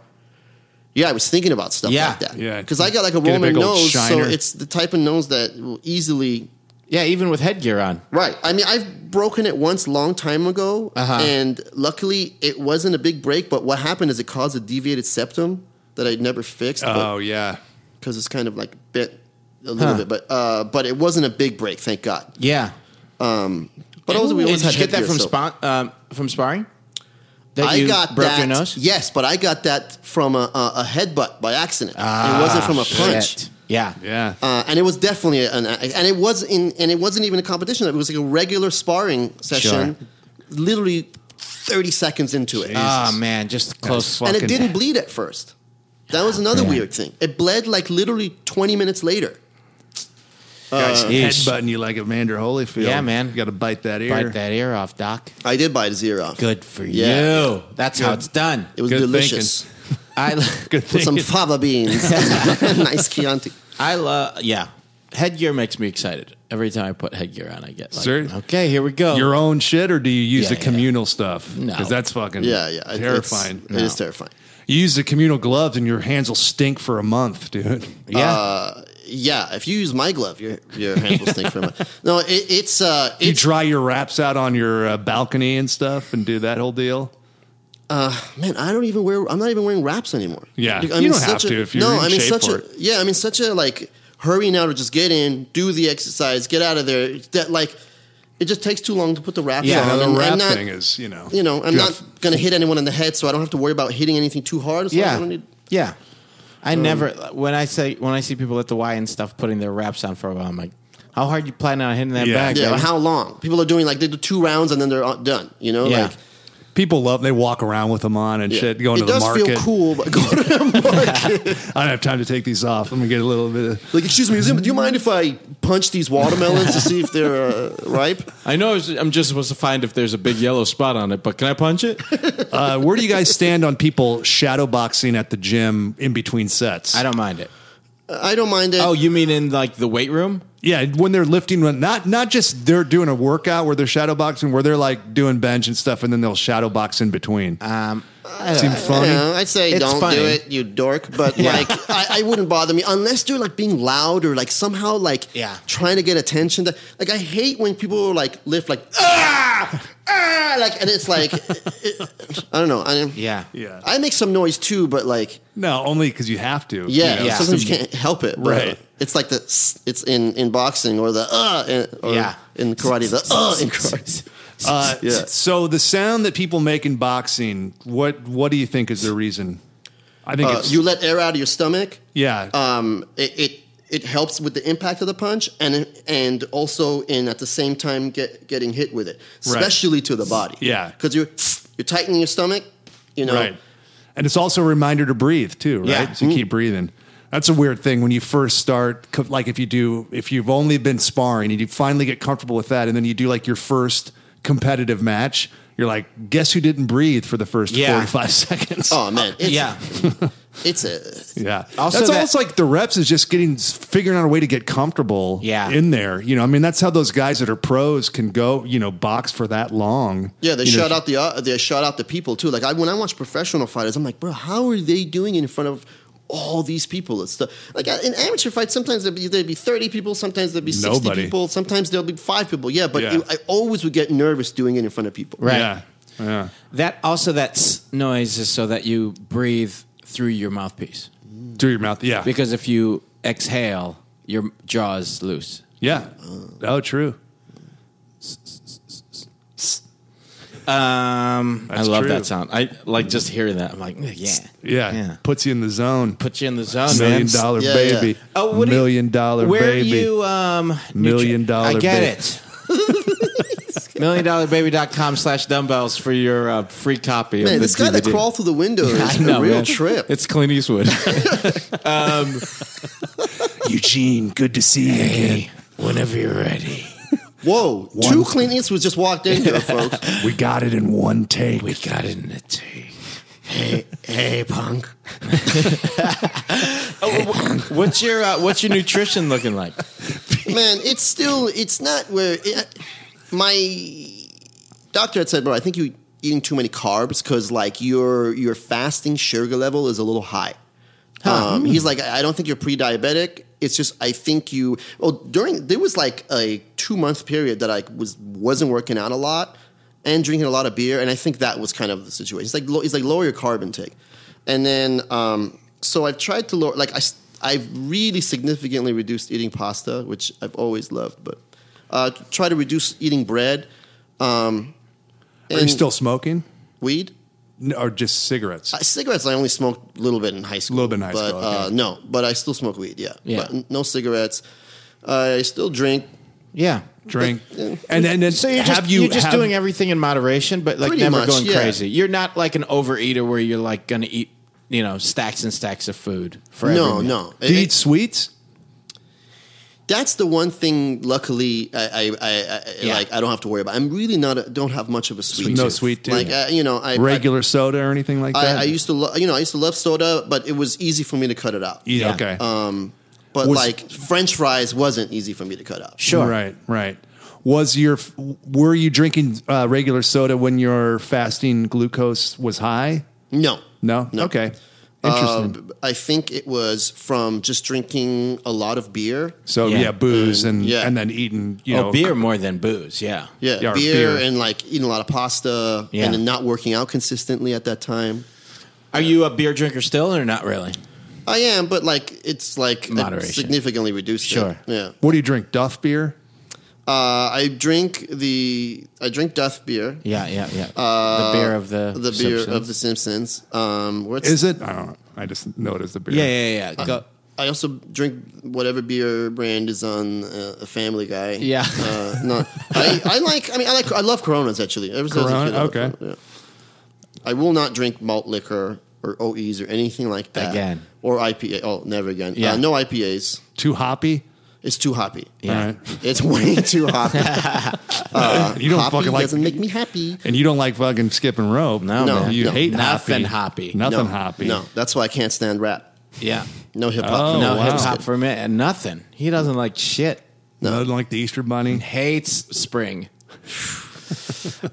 Yeah, I was thinking about stuff
Yeah.
like that.
Yeah.
because I got like a
Get a
Roman
big old
nose,
shiner.
so it's the type of nose that will easily.
Yeah, even with headgear on.
Right. I mean, I've broken it once long time ago,
Uh-huh.
and luckily it wasn't a big break. But what happened is it caused a deviated septum that I never fixed.
Oh yeah.
because it's kind of like bit a little
Huh.
bit, but uh, but it wasn't a big break, thank God.
Yeah.
But also, we
And
always
did
had
you get that
headgear,
from
so-
spa- um, from sparring? That
I
you
got
broke
that,
your nose.
Yes, but I got that from a, a, a headbutt by accident. it wasn't from a
Ah,
punch.
shit. Yeah.
Yeah.
Uh, and it was definitely an, and it was in and it wasn't even a competition. It was like a regular sparring session, literally thirty seconds into it,
Oh man, just close.
fucked.
and
fucking-
it didn't bleed at first. That was another weird thing. It bled like literally twenty minutes later. Uh,
Guys,
yeesh.
headbutting you like Evander Holyfield.
Yeah, man.
You got to bite that ear.
Bite that ear off, Doc.
I did bite his ear off.
Good for
Yeah.
you. That's how it's done.
It was
Good
delicious.
thinking.
I
Good
With some
thing.
fava beans, nice Chianti.
I love. Yeah, headgear makes me excited. Every time I put headgear on, I get like,
Sir?
okay, here we go.
Your own shit, or do you use
Yeah,
the
yeah.
communal stuff?
No.
because that's fucking
Yeah, yeah, it- it's-
terrifying.
It is terrifying.
You use the communal gloves, and your hands will stink for a month, dude. Uh,
yeah,
Yeah, if you use my glove, your your hands will stink for a month. No, it, it's uh,
You
it's
dry your wraps out on your uh, balcony and stuff, and do that whole deal.
man. I don't even wear. I'm not even wearing wraps anymore.
Yeah,
Like,
you don't
such
have
a-
to if you're in shape
such
for
a
it.
yeah. I mean, such a like hurry now to just get in, do the exercise, get out of there. It's That like it just takes too long to put the wraps
Yeah,
on.
Now, the
and- and
wrap
not-
thing is, you know,
You know, I'm
you
not
have-
gonna hit anyone in the head, so I don't have to worry about hitting anything too hard. So I
yeah,
don't need,
yeah. I
Um,
never when I say when I see people at the Y and stuff putting their wraps on for a while, I'm like, how hard you planning on hitting that
Yeah.
back?
yeah.
bro?
How long? People are doing like they do two rounds and then they're all done. You know,
Yeah.
like
People love. They walk around with them on and
yeah.
shit. Going
it
to the
does
market.
feel cool, but go to the market.
I don't have time to take these off. Let me get a little bit. of...
Like, excuse me, Zim, do you mind if I punch these watermelons to see if they're uh, ripe?
I know I was- I'm just supposed to find if there's a big yellow spot on it, but can I punch it?
Uh, where do you guys stand on people shadow boxing at the gym in between sets?
I don't mind it.
I don't mind it.
Oh, you mean in like the weight room?
Yeah, when they're lifting, when- not not just they're doing a workout where they're shadow boxing, where they're like doing bench and stuff, and then they'll shadow box in between.
Uh,
Um,
Seems funny.
Yeah, I'd say
It's
don't
funny.
do it, you dork. But like, I, I wouldn't bother me unless they're like being loud or like somehow like
Yeah.
trying to get attention. That like I hate when people are like lift like ah ah like and it's like it- I don't know. I
yeah,
Yeah.
I make some noise too, but like
No, only because you have to.
yeah,
you know,
Yeah.
sometimes you can't help it. But
Right.
It's like the s- it's in in boxing or the uh in, or
Yeah.
in karate the uh in karate.
Uh,
Yeah.
So the sound that people make in boxing, what what do you think is the reason? I think
Uh,
it's
you let air out of your stomach.
yeah.
um, it, it it helps with the impact of the punch and and also in at the same time get getting hit with it,
Right.
especially to the body.
Yeah.
because you're you're tightening your stomach. You know,
Right. And it's also a reminder to breathe too, right?
Yeah.
So
Mm.
keep breathing. That's a weird thing when you first start, co- like if you do, if you've only been sparring and you finally get comfortable with that, and then you do like your first competitive match, you're like, guess who didn't breathe for the first
Yeah.
45 seconds?
oh man, it's,
yeah.
it's a
Yeah.
Also
that's
that-
almost like the reps is just getting figuring out a way to get comfortable
Yeah.
in there. You know, I mean, that's how those guys that are pros can go, you know, box for that long.
yeah. They
You know,
shut out the uh, they shut out the people too. Like I, when I watch professional fighters, I'm like, bro, how are they doing it in front of all these people and stuff? Like uh, in amateur fights, sometimes there'd be, there'd be 30 people, sometimes there'd be 60
Nobody.
people, sometimes there'll be five people. Yeah, but
Yeah.
it- I always would get nervous doing it in front of people.
Right.
Yeah. Yeah.
That also that s- noise is so that you breathe through your mouthpiece
Through your mouth. Yeah.
because if you exhale, your jaw is loose.
Yeah. Oh, true.
Um, I
That's
love
true.
that sound. I like just hearing that. I'm like, yeah,
Yeah.
yeah.
Puts you in the zone.
Put you in the zone,
Million
man.
dollar
Yeah,
baby.
yeah.
Oh, what do you-
million dollar
Where
baby.
are you? Um,
Million
nutri-
dollar
I get
baby.
it. Million dollar baby.com slash dumbbells for your uh, free copy.
Man,
of
this
the
guy that
DVD.
crawled through the window
I
is
know,
a real
man.
trip.
It's Clint Eastwood.
Um, Eugene, good to see you again.
Whenever you're ready.
Whoa, two clean was just walked in here, folks.
We got it in one take.
We got it in the tape.
hey, hey, punk.
What's your uh, what's your nutrition looking like?
Man, it's still, it's not where it, my doctor had said, bro, I think you eating too many carbs because like your your fasting sugar level is a little high. Um, he's like, I I don't think you're pre-diabetic. It's just I think you. Well, during there was like a two month period that I was wasn't working out a lot and drinking a lot of beer, and I think that was kind of the situation. It's like lo- it's like lower your carb intake, and then um, so I've tried to lower. Like I s- I've really significantly reduced eating pasta, which I've always loved, but uh, try to reduce eating bread. Um,
Are you
and
still smoking?
weed?
N- Or just cigarettes?
Uh, cigarettes I only smoked a little bit in high school.
Little bit in high
but,
school,
Uh,
okay.
no, but I still smoke weed. Yeah,
Yeah.
But n- no cigarettes. I still drink.
Yeah.
Drink.
uh,
And then, then
So you're
have
just,
you
you, are just
have-
doing everything in moderation, but like
Pretty
never
much,
going
yeah.
crazy. You're not like an overeater where you're like going to eat, you know, stacks and stacks of food for
No,
every meal.
no.
Do you
It-
eat sweets?
that's the one thing. Luckily, I, I, I, I
Yeah.
like. I don't have to worry about. I'm really not. A, don't have much of a sweet.
Sweet No
tooth.
sweet tooth.
Like uh, you know, I
Regular soda or anything like
I, I,
that?
I used to. Lo- you know, I used to love soda, but it was easy for me to cut it out.
Yeah,
Yeah.
Okay.
Um, but
Was-
like French fries wasn't easy for me to cut out.
Sure.
Right, right. Was your were you drinking uh, regular soda when your fasting glucose was high?
No.
No.
No.
Okay. Interesting.
Um, I think it was from just drinking a lot of beer.
so yeah,
yeah.
booze and
Mm, yeah.
and then eating you
Oh,
know
beer more than booze. Yeah.
Yeah,
Yeah, or
beer,
beer.
and like eating a lot of pasta
Yeah.
and then not working out consistently at that time.
Are you a beer drinker still or not really?
I am, but like it's like I
Moderation.
significantly reduced. it.
Sure.
Yeah.
What do you drink? Duff beer.
Uh, I drink the I drink Duff beer,
Yeah, yeah, yeah.
Uh,
the beer of the
the beer of the Simpsons. Um, where it's,
Is it? I don't. know. I just know it as the beer.
Yeah, yeah, yeah. Go.
I also drink whatever beer brand is on uh, a Family Guy.
Yeah.
Uh, no, I, I like. I mean, I like. I love Coronas actually. Ever since I was
Corona?
a kid, I love
Okay.
Corona, yeah. I will not drink malt liquor or OEs or anything like that
Again.
or IPA. Oh, never again.
Yeah.
Uh, no IPAs.
Too hoppy.
It's too hoppy.
Yeah.
All right.
It's way too hoppy. Uh,
You don't
hoppy
fucking like-
doesn't make me happy.
And you don't like fucking skipping rope.
No,
No,
man.
You
no.
hate
Nothing
hoppy.
hoppy.
Nothing
no,
hoppy.
No, that's why I can't stand rap.
Yeah.
No hip
Oh,
hop.
no
wow.
hip hop for me. Nothing. He doesn't like shit.
Nothing like the Easter Bunny.
Hates spring.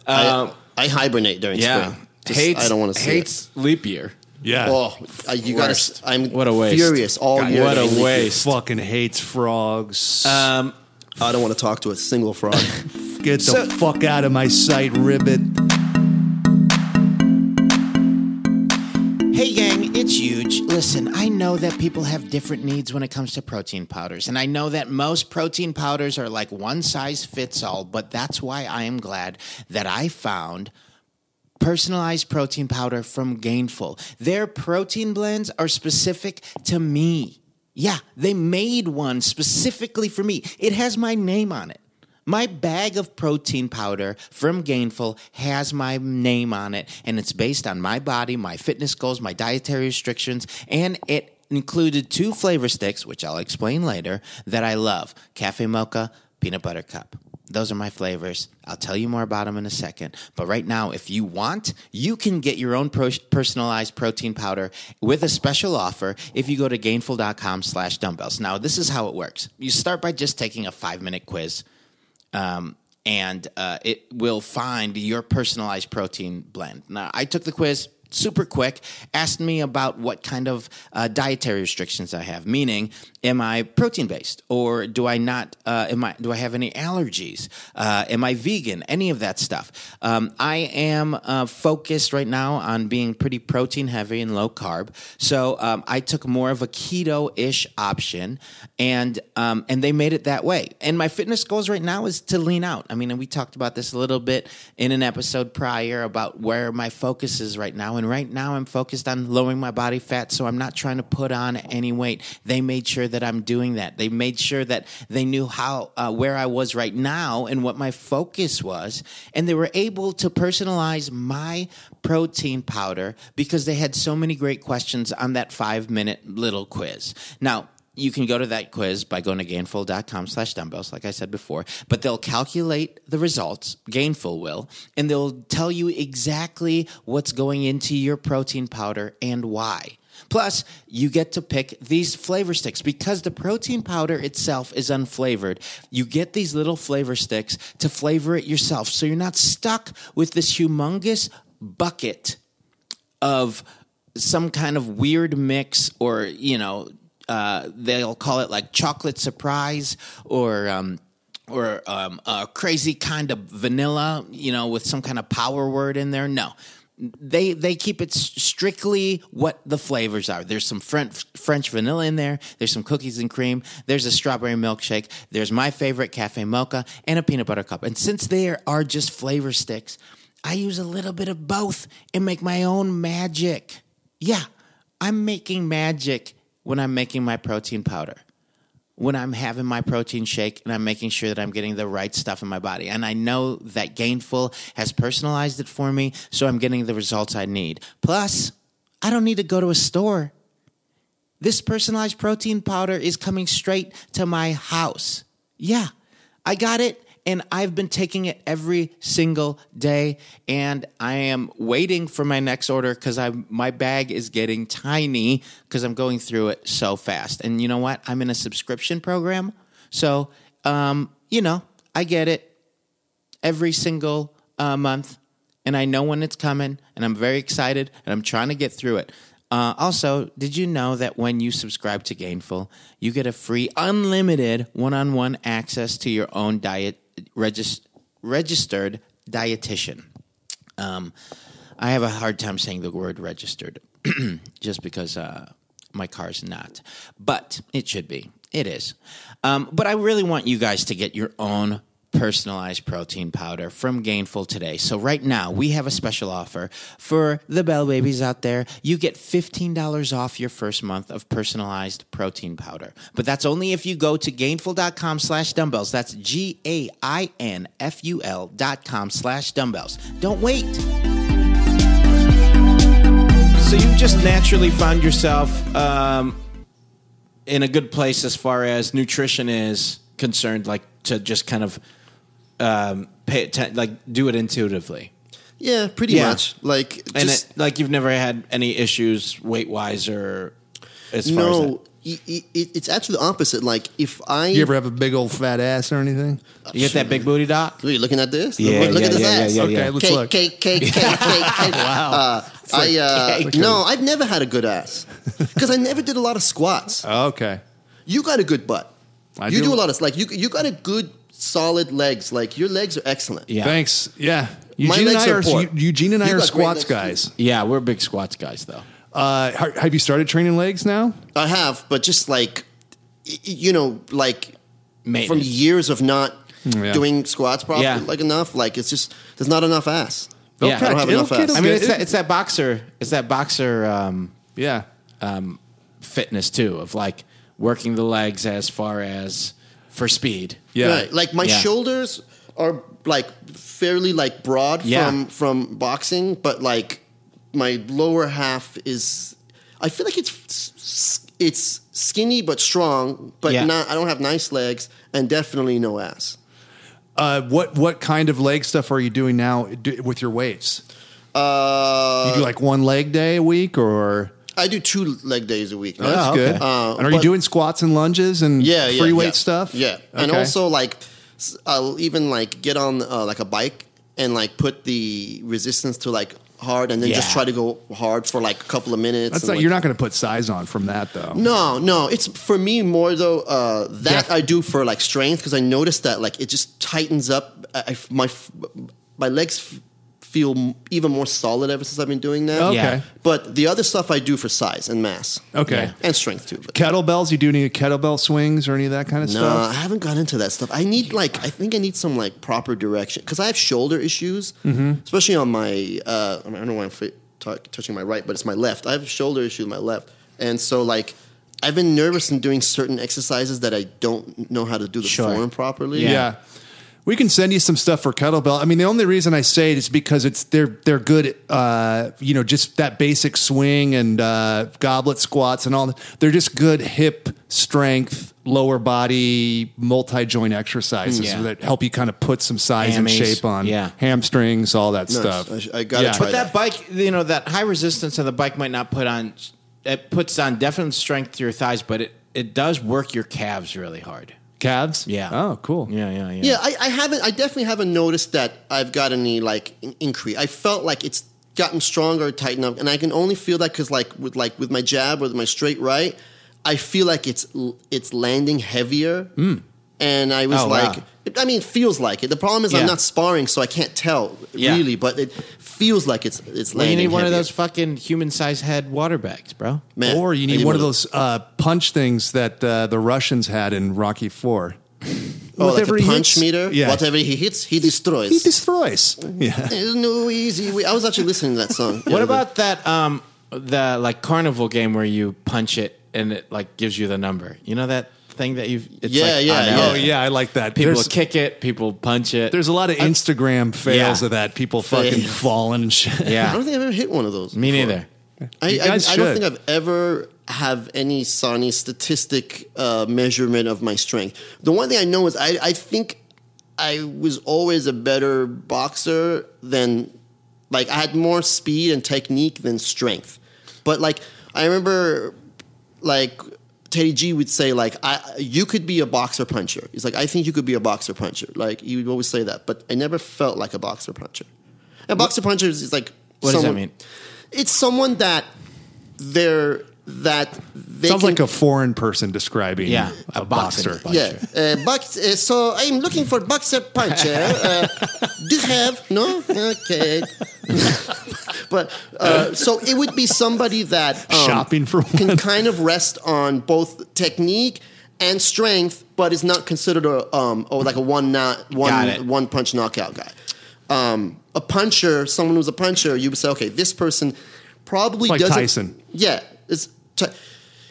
I, I hibernate during
uh, Yeah.
spring. Just-
hates.
I don't want to see it.
Hates leap year.
Yeah.
Oh, uh, you got
Worst.
to. I'm
What a waste.
furious all
God,
year.
what a
Really
waste.
Fucking hates frogs.
Uh,
Um,
furious. I don't want to talk to a single frog.
Get
so-
the fuck out of my sight, ribbit.
Hey, gang, it's huge. Listen, I know that people have different needs when it comes to protein powders, and I know that most protein powders are like one size fits all, but that's why I am glad that I found personalized protein powder from Gainful. Their protein blends are specific to me. Yeah, they made one specifically for me. It has my name on it. My bag of protein powder from Gainful has my name on it, and it's based on my body, my fitness goals, my dietary restrictions, and it included two flavor sticks, which I'll explain later, that I love cafe mocha, peanut butter cup. Those are my flavors. I'll tell you more about them in a second. But right now, if you want, you can get your own pro- personalized protein powder with a special offer if you go to gainful.com slash dumbbells. Now, this is how it works. You start by just taking a five-minute quiz, um, and uh, it will find your personalized protein blend. Now, I took the quiz super quick, asked me about what kind of uh, dietary restrictions I have, meaning, am I protein based or do I not? Uh, am I do I have any allergies? Uh, am I vegan? Any of that stuff. Um, I am uh, focused right now on being pretty protein heavy and low carb, so um, I took more of a keto ish option, and um, and they made it that way. And my fitness goals right now is to lean out. I mean, and we talked about this a little bit in an episode prior about where my focus is right now. And right now, I'm focused on lowering my body fat, so I'm not trying to put on any weight. They made sure that I'm doing that. They made sure that they knew how uh, where I was right now and what my focus was, and they were able to personalize my protein powder because they had so many great questions on that five minute little quiz. Now you can go to that quiz by going to gainful.com slash dumbbells like i said before but they'll calculate the results gainful will and they'll tell you exactly what's going into your protein powder and why plus you get to pick these flavor sticks because the protein powder itself is unflavored you get these little flavor sticks to flavor it yourself so you're not stuck with this humongous bucket of some kind of weird mix or you know uh, they'll call it like chocolate surprise or um, or um, a crazy kind of vanilla you know with some kind of power word in there no they they keep it s- strictly what the flavors are there's some french french vanilla in there there's some cookies and cream there's a strawberry milkshake there's my favorite cafe mocha and a peanut butter cup and since they are just flavor sticks I use a little bit of both and make my own magic. Yeah, I'm making magic when I'm making my protein powder, when I'm having my protein shake, and I'm making sure that I'm getting the right stuff in my body. And I know that Gainful has personalized it for me, so I'm getting the results I need. Plus, I don't need to go to a store. This personalized protein powder is coming straight to my house. Yeah, I got it and I've been taking it every single day. And I am waiting for my next order because I my bag is getting tiny because I'm going through it so fast. And you know what? I'm in a subscription program. So, um, you know, I get it every single uh, month, and I know when it's coming, and I'm very excited, and I'm trying to get through it. Uh, also, did you know that when you subscribe to Gainful, you get a free, unlimited one-on-one access to your own diet regis- registered dietitian? Um, I have a hard time saying the word registered just because uh, my car's not, but it should be. It is. Um, but I really want you guys to get your own personalized protein powder from Gainful today. So, right now, we have a special offer for the Bell Babies out there. You get $15 off your first month of personalized protein powder. But that's only if you go to gainful.com slash dumbbells. That's G A I N F U L dot com slash dumbbells. Don't wait. So you just naturally found yourself um, in a good place as far as nutrition is concerned, like to just kind of um, pay atten- like do it intuitively,
Yeah, pretty
Yeah.
much. Like just
and it, like you've never had any issues weight wise or as far as
no,
that.
i- i- it, it's actually the opposite. Like if I
You ever have a big old fat ass or anything?
you get that big booty doc.
Are you looking at this?
Yeah,
look, look
yeah,
at this
yeah,
ass.
yeah, yeah,
okay,
yeah.
let's
Cake,
look.
cake, cake, cake, cake, cake. Wow. Uh, I uh,
cake.
no, I've never had a good ass because I never did a lot of squats.
Okay.
You got a good butt.
I
you
do.
do. a lot of like you you got a good solid legs. Like your legs are excellent.
Yeah.
Thanks. Yeah. Eugene and
legs
I
are
are,
poor.
Eugene and I
You
are
got great
squats
legs.
guys.
Yeah, we're big squats guys though.
Uh, ha- have you started training legs now?
I have, but just like y- y- you know, like from
Maintenance.
years of not
Mm, yeah.
doing squats properly,
Yeah.
like enough. Like it's just there's not enough ass.
Yeah.
I don't have
It'll
enough
get
ass.
a
I mean,
good-
it's that, it's that boxer. It's that boxer. Um,
Yeah.
fitness too of like working the legs as far as for speed.
Yeah.
Right. Like my
Yeah.
shoulders are like fairly like broad
Yeah.
from from boxing, but like my lower half is I feel like it's s- s- it's skinny but strong, but
Yeah.
not I don't have nice legs and definitely no ass.
Uh, what what kind of leg stuff are you doing now do, with your weights?
Uh,
You do like one leg day a week, or
I do two leg days a week. now.
that's good.
Uh,
Oh, and are you
but-
doing squats and lunges and
yeah, yeah,
free weight
yeah.
stuff?
Yeah, and
Okay.
also like s- I'll even like get on uh, like a bike and like put the resistance to like hard, and then just
Yeah.
try to go hard for like a couple of minutes.
that's
and,
not,
like-
you're not going to put size on from that though.
No, no, it's for me more though. Uh, that
Yeah.
I do for like strength because I noticed that like it just tightens up. I, I- my f- my legs f- feel m- even more solid ever since I've been doing that.
Okay.
Yeah.
But the other stuff I do for size and mass.
Okay.
Yeah.
And strength too. But.
Kettlebells? You do any kettlebell swings or any of that kind of
No, I
stuff?
haven't got into that stuff. I need like I think I need some like proper direction because I have shoulder issues,
Mm-hmm.
especially on my. Uh, I don't know why I'm fi- t- touching my right, but it's my left. I have a shoulder issue with my left, and so like I've been nervous in doing certain exercises that I don't know how to do the
Sure.
form properly.
Yeah. We can send you some stuff for kettlebell. I mean, the only reason I say it is because it's they're they're good. Uh, you know, just that basic swing and uh, goblet squats and all. that. They're just good hip strength, lower body, multi joint exercises
Yeah.
that help you kind of put some size and
Hammies.
shape on.
Yeah.
hamstrings, all that
Nice.
stuff.
I sh- I gotta try
But that bike, you know, that high resistance on the bike might not put on it puts on definite strength to your thighs, but it it does work your calves really hard.
calves.
Yeah.
Oh, cool.
Yeah, yeah, yeah.
Yeah, I, I haven't. I definitely haven't noticed that I've got any like in- increase. I felt like it's gotten stronger, tightened up, and I can only feel that because like with like with my jab or with my straight right, I feel like it's l- it's landing heavier, and I was
Mm. Oh, wow.
like. I mean, it feels like it. The problem is
Yeah.
I'm not sparring, so I can't tell
Yeah.
really. But it feels like it's it's
Well, you
landing.
need one of
heavier.
those fucking human-sized head water bags, bro.
Man,
or you
I
need
need
one of
one
those uh, punch things that uh, the Russians had in Rocky Four.
Oh,
Whatever
like
he
a punch
hits-
meter.
Yeah.
Whatever he hits, he destroys.
He destroys.
Oh,
Yeah.
There's no easy way. I was actually listening to that song.
What about that um the like carnival game where you punch it and it like gives you the number? You know that thing that you've it's
Yeah,
like,
yeah,
on
yeah.
air.
Oh yeah, I like that.
People
there's,
kick it, people punch it.
there's a lot of Instagram fails
Yeah.
of that. People fucking
Fails.
falling and shit.
I don't
yeah.
think I've ever hit one of those.
Me
before.
neither.
I,
You
I,
guys
I don't
should.
think I've ever have any Sony statistic uh, measurement of my strength. The one thing I know is I, I think I was always a better boxer than like I had more speed and technique than strength. But like I remember like Teddy G would say like I you could be a boxer puncher. He's like I think you could be a boxer puncher. Like he would always say that, but I never felt like a boxer puncher. A boxer puncher is is like
What does that
someone-
mean?
It's someone that they're that they
Sounds
can,
like a foreign person describing
Yeah,
a,
a boxing
boxer.
punch.
yeah. Uh, box, uh, so I'm looking for boxer puncher. Uh, do you have no? Okay. but uh, so it would be somebody that um,
Shopping for
can
one.
kind of rest on both technique and strength, but is not considered a um or like a one not
Got it.
one one punch knockout guy. Um, a puncher, someone who's a puncher, you would say, okay, this person probably
Like
doesn't.
Tyson.
Yeah, it's Ty-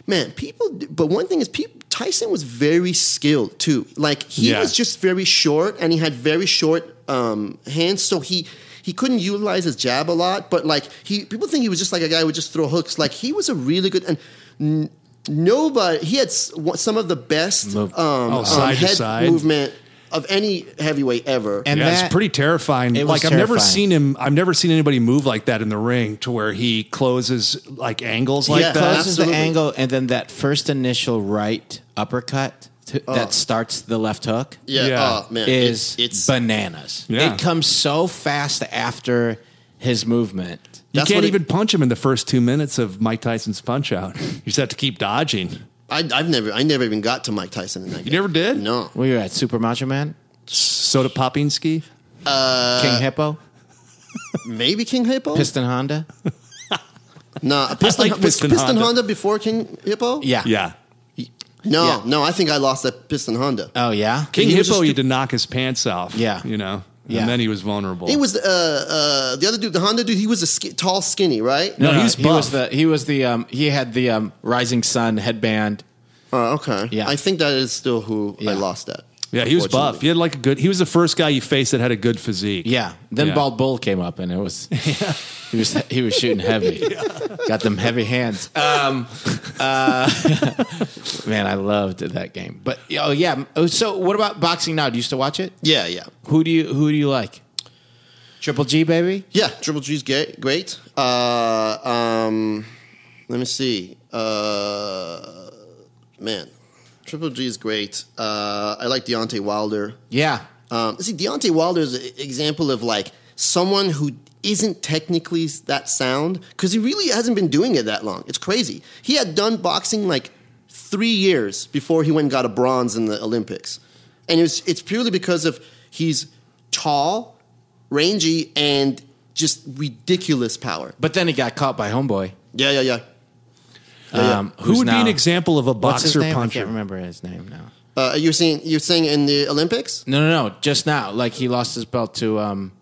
man. People, but one thing is, people, Tyson was very skilled too. Like he
Yeah.
was just very short, and he had very short um, hands, so he he couldn't utilize his jab a lot. But like he, people think he was just like a guy who would just throw hooks. Like he was a really good and. N- Nobody. He had s- one- some of the best um,
Move.
Oh, side
um,
to
head
side.
movement of any heavyweight ever.
And
yeah,
that-
it's pretty terrifying.
It was
like I've never
terrifying.
seen him. I've never seen anybody move like that in the ring, to where he closes like angles like
Yeah,
that.
Closes the
Absolutely.
angle and then that first initial right uppercut to, that starts the left hook
Oh. yeah,
Yeah.
oh, man,
is
it- it's
bananas.
Yeah.
It comes so fast after his movement.
You
That's
can't
what it-
even punch him in the first two minutes of Mike Tyson's punch out. You just have to keep dodging.
I, I've never, I never even got to Mike Tyson in that.
You never did?
No,
We were at Super Macho Man,
Soda Popinski.
Uh,
King Hippo,
maybe King Hippo.
Piston Honda.
Nah, Piston,
like
was
Piston
Piston,
Honda.
Honda. before King Hippo.
Yeah.
Yeah.
No,
Yeah.
no, I think I lost that Piston Honda.
Oh yeah.
King
He was
Hippo,
just-
you had to knock his pants off.
Yeah.
You know?
Yeah.
And then he was vulnerable.
It was uh, uh, the other dude, the Honda dude. He was a ski- tall, skinny, right?
No, he was
he was the
buff.
he was the um he had the um rising sun headband.
Oh, okay.
Yeah.
I think that is still who
Yeah.
I lost at.
yeah, he was buff.
unfortunately.
He had like a good, he was the first guy you faced that had a good physique.
Yeah. Then
Yeah.
Bald Bull came up and it was he was he was shooting heavy. Got them heavy hands. Um uh, man, I loved that game. But oh yeah. Oh, So what about boxing now? Do you still watch it?
Yeah, yeah,
Who do you who do you like? Triple G baby?
yeah. Triple G's great. Great. Uh, um, let me see. Uh, man, Triple G is great. Uh, I like Deontay Wilder.
Yeah.
Um, see, Deontay Wilder is an example of like someone who isn't technically that sound because he really hasn't been doing it that long. It's crazy. He had done boxing like three years before he went and got a bronze in the Olympics, and it's it's purely because of he's tall, rangy, and just ridiculous power.
But then he got caught by homeboy.
Yeah, yeah, yeah.
Um,
Who
who's
would
now-
be an example of a
What's his
boxer
name? I
puncher?
can't remember his name now.
Uh, you're saying you're saying in the Olympics?
No, no, no. Just now, like he lost his belt to. um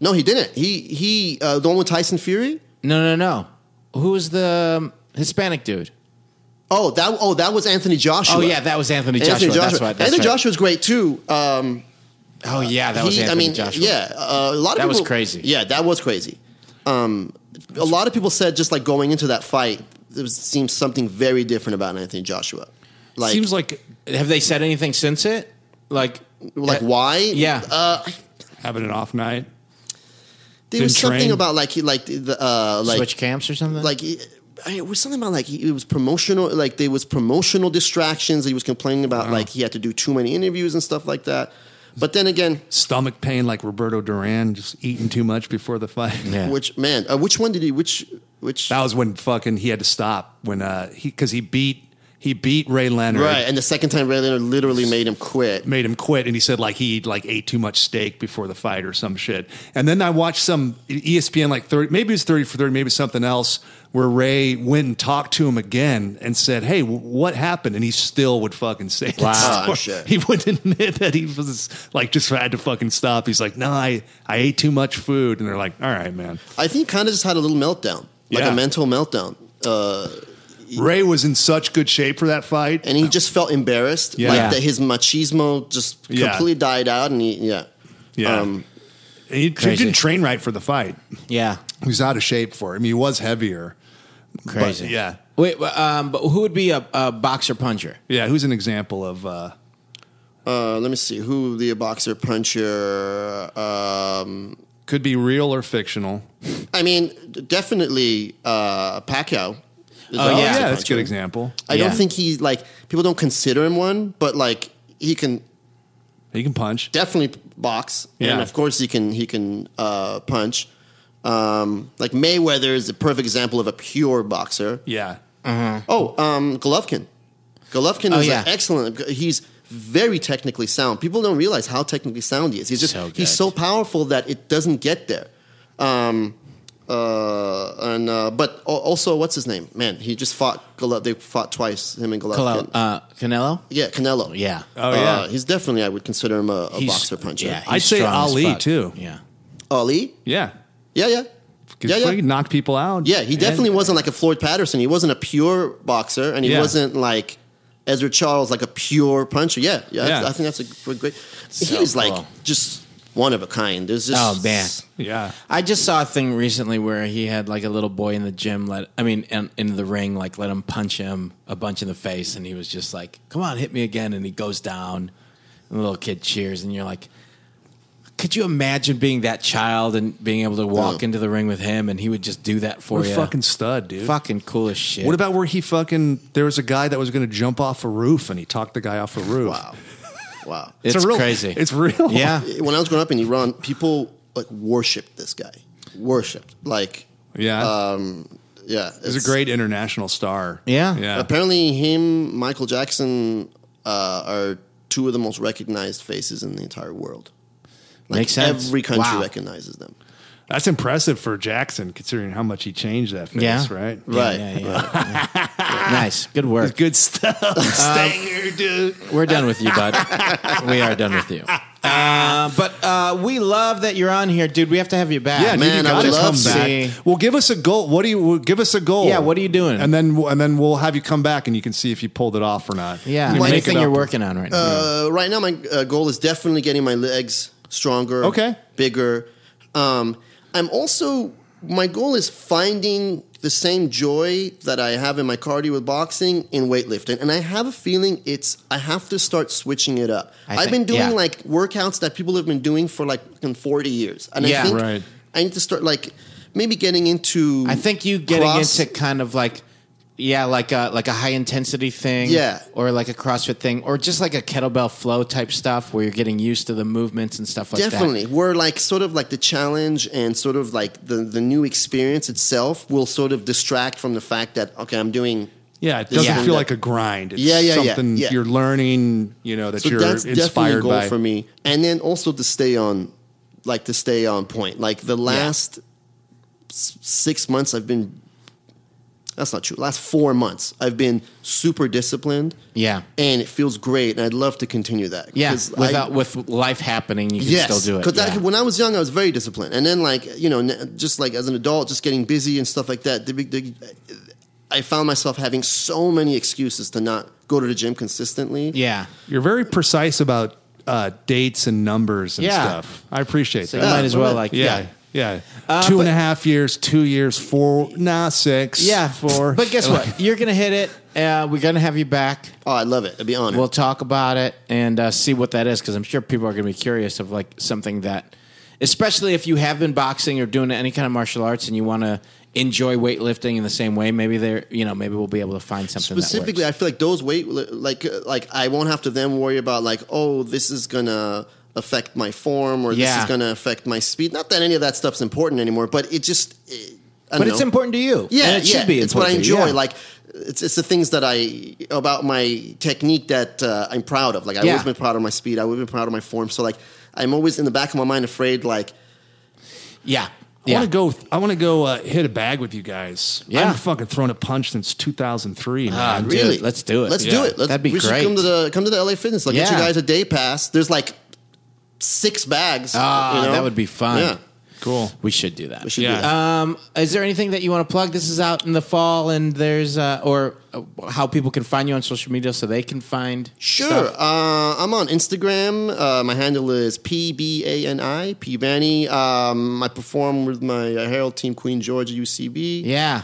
No, he didn't. He he uh, the one with Tyson Fury.
No, no, no. Who was the um, Hispanic dude?
Oh, that oh that was Anthony Joshua.
Oh yeah, that was Anthony Joshua.
Anthony Joshua.
That's right. That's
Anthony
right.
Joshua's great too. Um,
Oh yeah, that was
he, I
Anthony
mean,
Joshua.
yeah, uh, a lot of
That
people,
was crazy.
Yeah, that was crazy. Um, a lot of people said just like going into that fight, there was, seems something very different about Anthony Joshua. Like,
Seems like
Have they said anything since it? Like,
like
uh,
why?
Yeah.
uh,
having an off night.
there was
Didn't
something
train.
about like he like the uh, like
switch camps or something?
like he- I, it was something about like he, it was promotional like there was promotional distractions he was complaining about like he had to do too many interviews and stuff like that But then again,
Stomach pain like Roberto Duran, just eating too much before the fight.
Yeah.
which man, uh, which one did he? Which which
That was when fucking he had to stop when uh he because he beat he beat Ray Leonard.
right? And the second time, Ray Leonard literally made him quit.
made him quit and he said like he like ate too much steak before the fight or some shit and then i watched some E espn like 30 maybe it was 30 for 30 maybe something else where ray went and talked to him again and said hey w- what happened and he still would fucking say that
Wow.
story.
Oh, shit.
he wouldn't admit that he was like just had to fucking stop he's like no i i ate too much food and they're like all right man
I think kind of just had a little meltdown, like
Yeah.
a mental meltdown. Uh,
ray was in such good shape for that fight
and he just felt embarrassed,
Yeah.
like
Yeah.
that his machismo just
Yeah.
completely died out, and he, yeah,
yeah
um,
And he, he
Crazy.
didn't train right for the fight
Yeah.
he was out of shape for it. i mean he was heavier
Crazy.
but, yeah
Wait, but, um, but who would be a, a boxer puncher?
Yeah, who's an example of? Uh,
Uh, let me see who the boxer puncher. Um,
could be real or fictional.
I mean, d- definitely uh, Pacquiao. is a
Oh, yeah.
boxer
Yeah,
that's a
puncher.
good example.
I
Yeah.
don't think he like people don't consider him one, but like he can
He can punch.
definitely box,
Yeah.
and of course he can he can uh, punch. Um, like Mayweather is the perfect example of a pure boxer.
Yeah,
Oh, um, Golovkin. Golovkin
Oh,
is
yeah.
an excellent. He's very technically sound. People don't realize how technically sound he is. He's just
So good.
he's so powerful that it doesn't get there. Um, uh, and uh, but al- also, what's his name? Man, he just fought. Golo- they fought twice. Him and Golovkin.
Colo- uh, Canelo?
yeah, Canelo.
Yeah.
Oh, yeah.
Uh, he's definitely. I would consider him a, a
He's-
boxer puncher.
Yeah, he's
I'd say
strong as
Ali,
fuck.
too.
Yeah.
Ali.
yeah.
Yeah, yeah.
Could
Yeah, yeah.
fucking knock people out.
Yeah, he
And-
definitely wasn't like a Floyd Patterson. He wasn't a pure boxer, and he
Yeah.
wasn't like Ezra Charles, like a pure puncher. Yeah, yeah.
Yeah.
I, I think that's a great. great
So
he's
cool.
like just one of a kind. There's just
Oh, man.
Yeah,
I just saw a thing recently where he had like a little boy in the gym. Let I mean, in, in the ring, like let him punch him a bunch in the face, and he was just like, "Come on, hit me again!" And he goes down, and the little kid cheers, and you're like, "Could you imagine being that child and being able to walk
Yeah.
into the ring with him, and he would just do that for
what a
you?
fucking stud, dude.
fucking cool as shit."
What about where he fucking? There was a guy that was going to jump off a roof, and he talked the guy off a roof.
Wow, wow.
It's,
a real,
crazy.
It's real.
yeah,
when I was growing up in Iran, people like worshipped this guy. Worshipped like
yeah.
um, yeah.
He's a
it's-
great international star.
Yeah.
yeah.
Apparently, him, Michael Jackson, uh, are two of the most recognized faces in the entire world. Like
Makes sense.
Every country
Wow.
recognizes them.
That's impressive for Jackson, considering how much he changed that face.
Yeah.
Right.
Yeah,
Right.
yeah, yeah, yeah. nice, good work.
Good stuff. Stanger, dude.
We're done with you, bud. we are done with you. Uh, but uh, we love that you're on here, dude. We have to have you back.
Yeah, dude,
Man,
you
I
gotta
would
come
love to
see-
back. Well, give us a goal. What do you well, give us a goal?
Yeah, what are you doing?
And then and then we'll have you come back and you can see if you pulled it off or not.
Yeah,
You can make
anything
it
you're
up.
working on right now.
Uh, right now, my uh, goal is definitely getting my legs stronger,
Okay.
bigger. Um, I'm also my goal is finding the same joy that I have in my cardio with boxing in weightlifting, and I have a feeling it's I have to start switching it up.
I
I've been
think-
doing
yeah.
like workouts that people have been doing for like fucking 40 years, and
Yeah.
I think
Right.
I need to start like maybe getting into.
I think you getting
cross-
into kind of like, yeah, like a like a high intensity thing,
Yeah.
or like a CrossFit thing, or just like a kettlebell flow type stuff where you're getting used to the movements and stuff like
definitely
that.
where like sort of like the challenge and sort of like the the new experience itself will sort of distract from the fact that okay i'm doing
Yeah, it doesn't
Yeah.
feel like a grind. It's
Yeah, yeah, yeah,
something
yeah.
you're learning, you know, that
so
you're
that's definitely a
inspired
goal
by.
for me and then also to stay on like to stay on point like the last s- six months i've been that's not true last four months i've been super disciplined
Yeah,
and it feels great and i'd love to continue that
yeah.
'Cause I-
Without with life happening, you can still do it.
Because
yeah.
when I was young, I was very disciplined, and then like you know, n- just like as an adult, just getting busy and stuff like that. The, big- the, I found myself having so many excuses to not go to the gym consistently.
yeah.
You're very precise about uh, dates and numbers and
Yeah.
stuff. I appreciate
So you
that.
might as
Uh,
well like
yeah.
yeah.
Yeah.
Uh,
two
but-
and a half years, two years, four, nah, six.
Yeah,
four.
But guess what? You're gonna hit it. Uh, we're gonna have you back.
Oh, I love it. I'd be honored.
We'll talk about it and uh, see what that is because I'm sure people are going to be curious of like something that, especially if you have been boxing or doing any kind of martial arts and you want to enjoy weightlifting in the same way. Maybe they're you know maybe we'll be able to find something
specifically,
That
uh, I feel like those weight like like I won't have to then worry about like oh this is gonna affect my form or this
Yeah.
is going to affect my speed. Not that any of that stuff's important anymore, but it just. It, I
But
don't
it's
know.
important to you.
Yeah,
and it
yeah,
should be.
It's what I
important to you,
enjoy.
yeah.
Like it's it's the things that I about my technique that uh, I'm proud of. Like I've
Yeah.
always been proud of my speed. I've always been proud of my form. So like I'm always in the back of my mind afraid like
yeah,
I
yeah.
want to go. I want to go uh, hit a bag with you guys. I
Yeah.
haven't fucking thrown a punch since 2003.
Ah,
man.
dude,
really
let's do it.
Let's
Yeah.
do it. Let's,
That'd be
we
great.
Should come to the come to the LA Fitness. Like get you
Yeah.
guys a day pass. There's like six bags.
Ah,
you know?
that would be fun.
Yeah.
cool.
We should do that.
We should
Yeah.
do that.
Um, is there anything that you want to plug? This is out in the fall, and there's uh, or uh, how people can find you on social media so they can find.
Sure.
stuff.
Uh, I'm on Instagram. Uh, my handle is P-B-A-N-I, P-Banny. Um, I perform with my uh, Herald team, Queen Georgia UCB.
Yeah.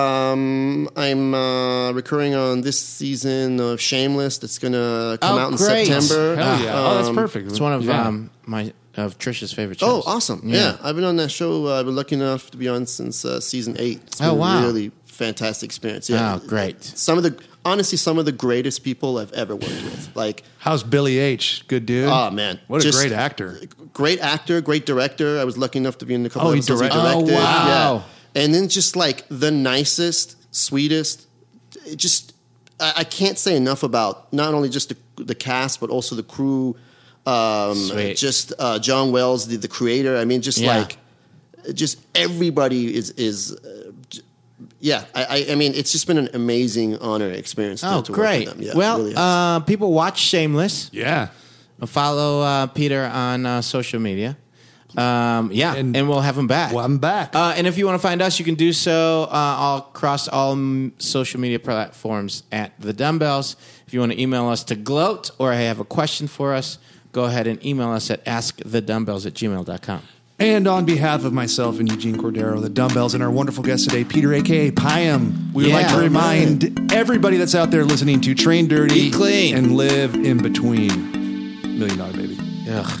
Um, I'm uh, recurring on this season of Shameless that's going to come
Oh,
out in
great.
September. Uh,
Hell yeah! oh, that's perfect.
It's one of
Yeah.
um, my of Trisha's favorite
Oh,
shows.
awesome. Yeah. I've been on that show. Uh, I've been lucky enough to be on since uh, season eight. It's been
Oh, wow.
a really fantastic experience. Yeah.
Oh, great.
Some of the, honestly, some of the greatest people I've ever worked with. Like,
How's Billy H? Good dude.
Oh, man.
what a
Just-
great actor.
great actor, great director. I was lucky enough to be in a couple
Oh,
of
he
episodes
direct-
he directed.
Oh, wow.
Yeah. And then just like the nicest, sweetest, it just I, I can't say enough about not only just the, the cast but also the crew. Um,
Sweet.
just uh, John Wells, the, the creator. I mean, just
Yeah.
like just everybody is is. Uh, j- yeah, I, I, I mean, it's just been an amazing honor and experience. To,
Oh,
to
great.
Work with them. Yeah, it
well,
really has.
uh, people watch Shameless.
Yeah.
Follow uh, Peter on uh, social media. Um, yeah,
And-
and, we'll have him back.
Well, I'm back.
Uh, and if you want to find us, you can do so uh, all across all m- social media platforms at The Dumbbells. If you want to email us to gloat or have a question for us, go ahead and email us at askthedumbbells at gmail.com.
and on behalf of myself and Eugene Cordero, the dumbbells, and our wonderful guest today, Peter, aka Piam, we would
Yeah.
like to remind everybody that's out there listening to Train Dirty,
Eat clean.
and live in between. Million Dollar Baby.
Ugh.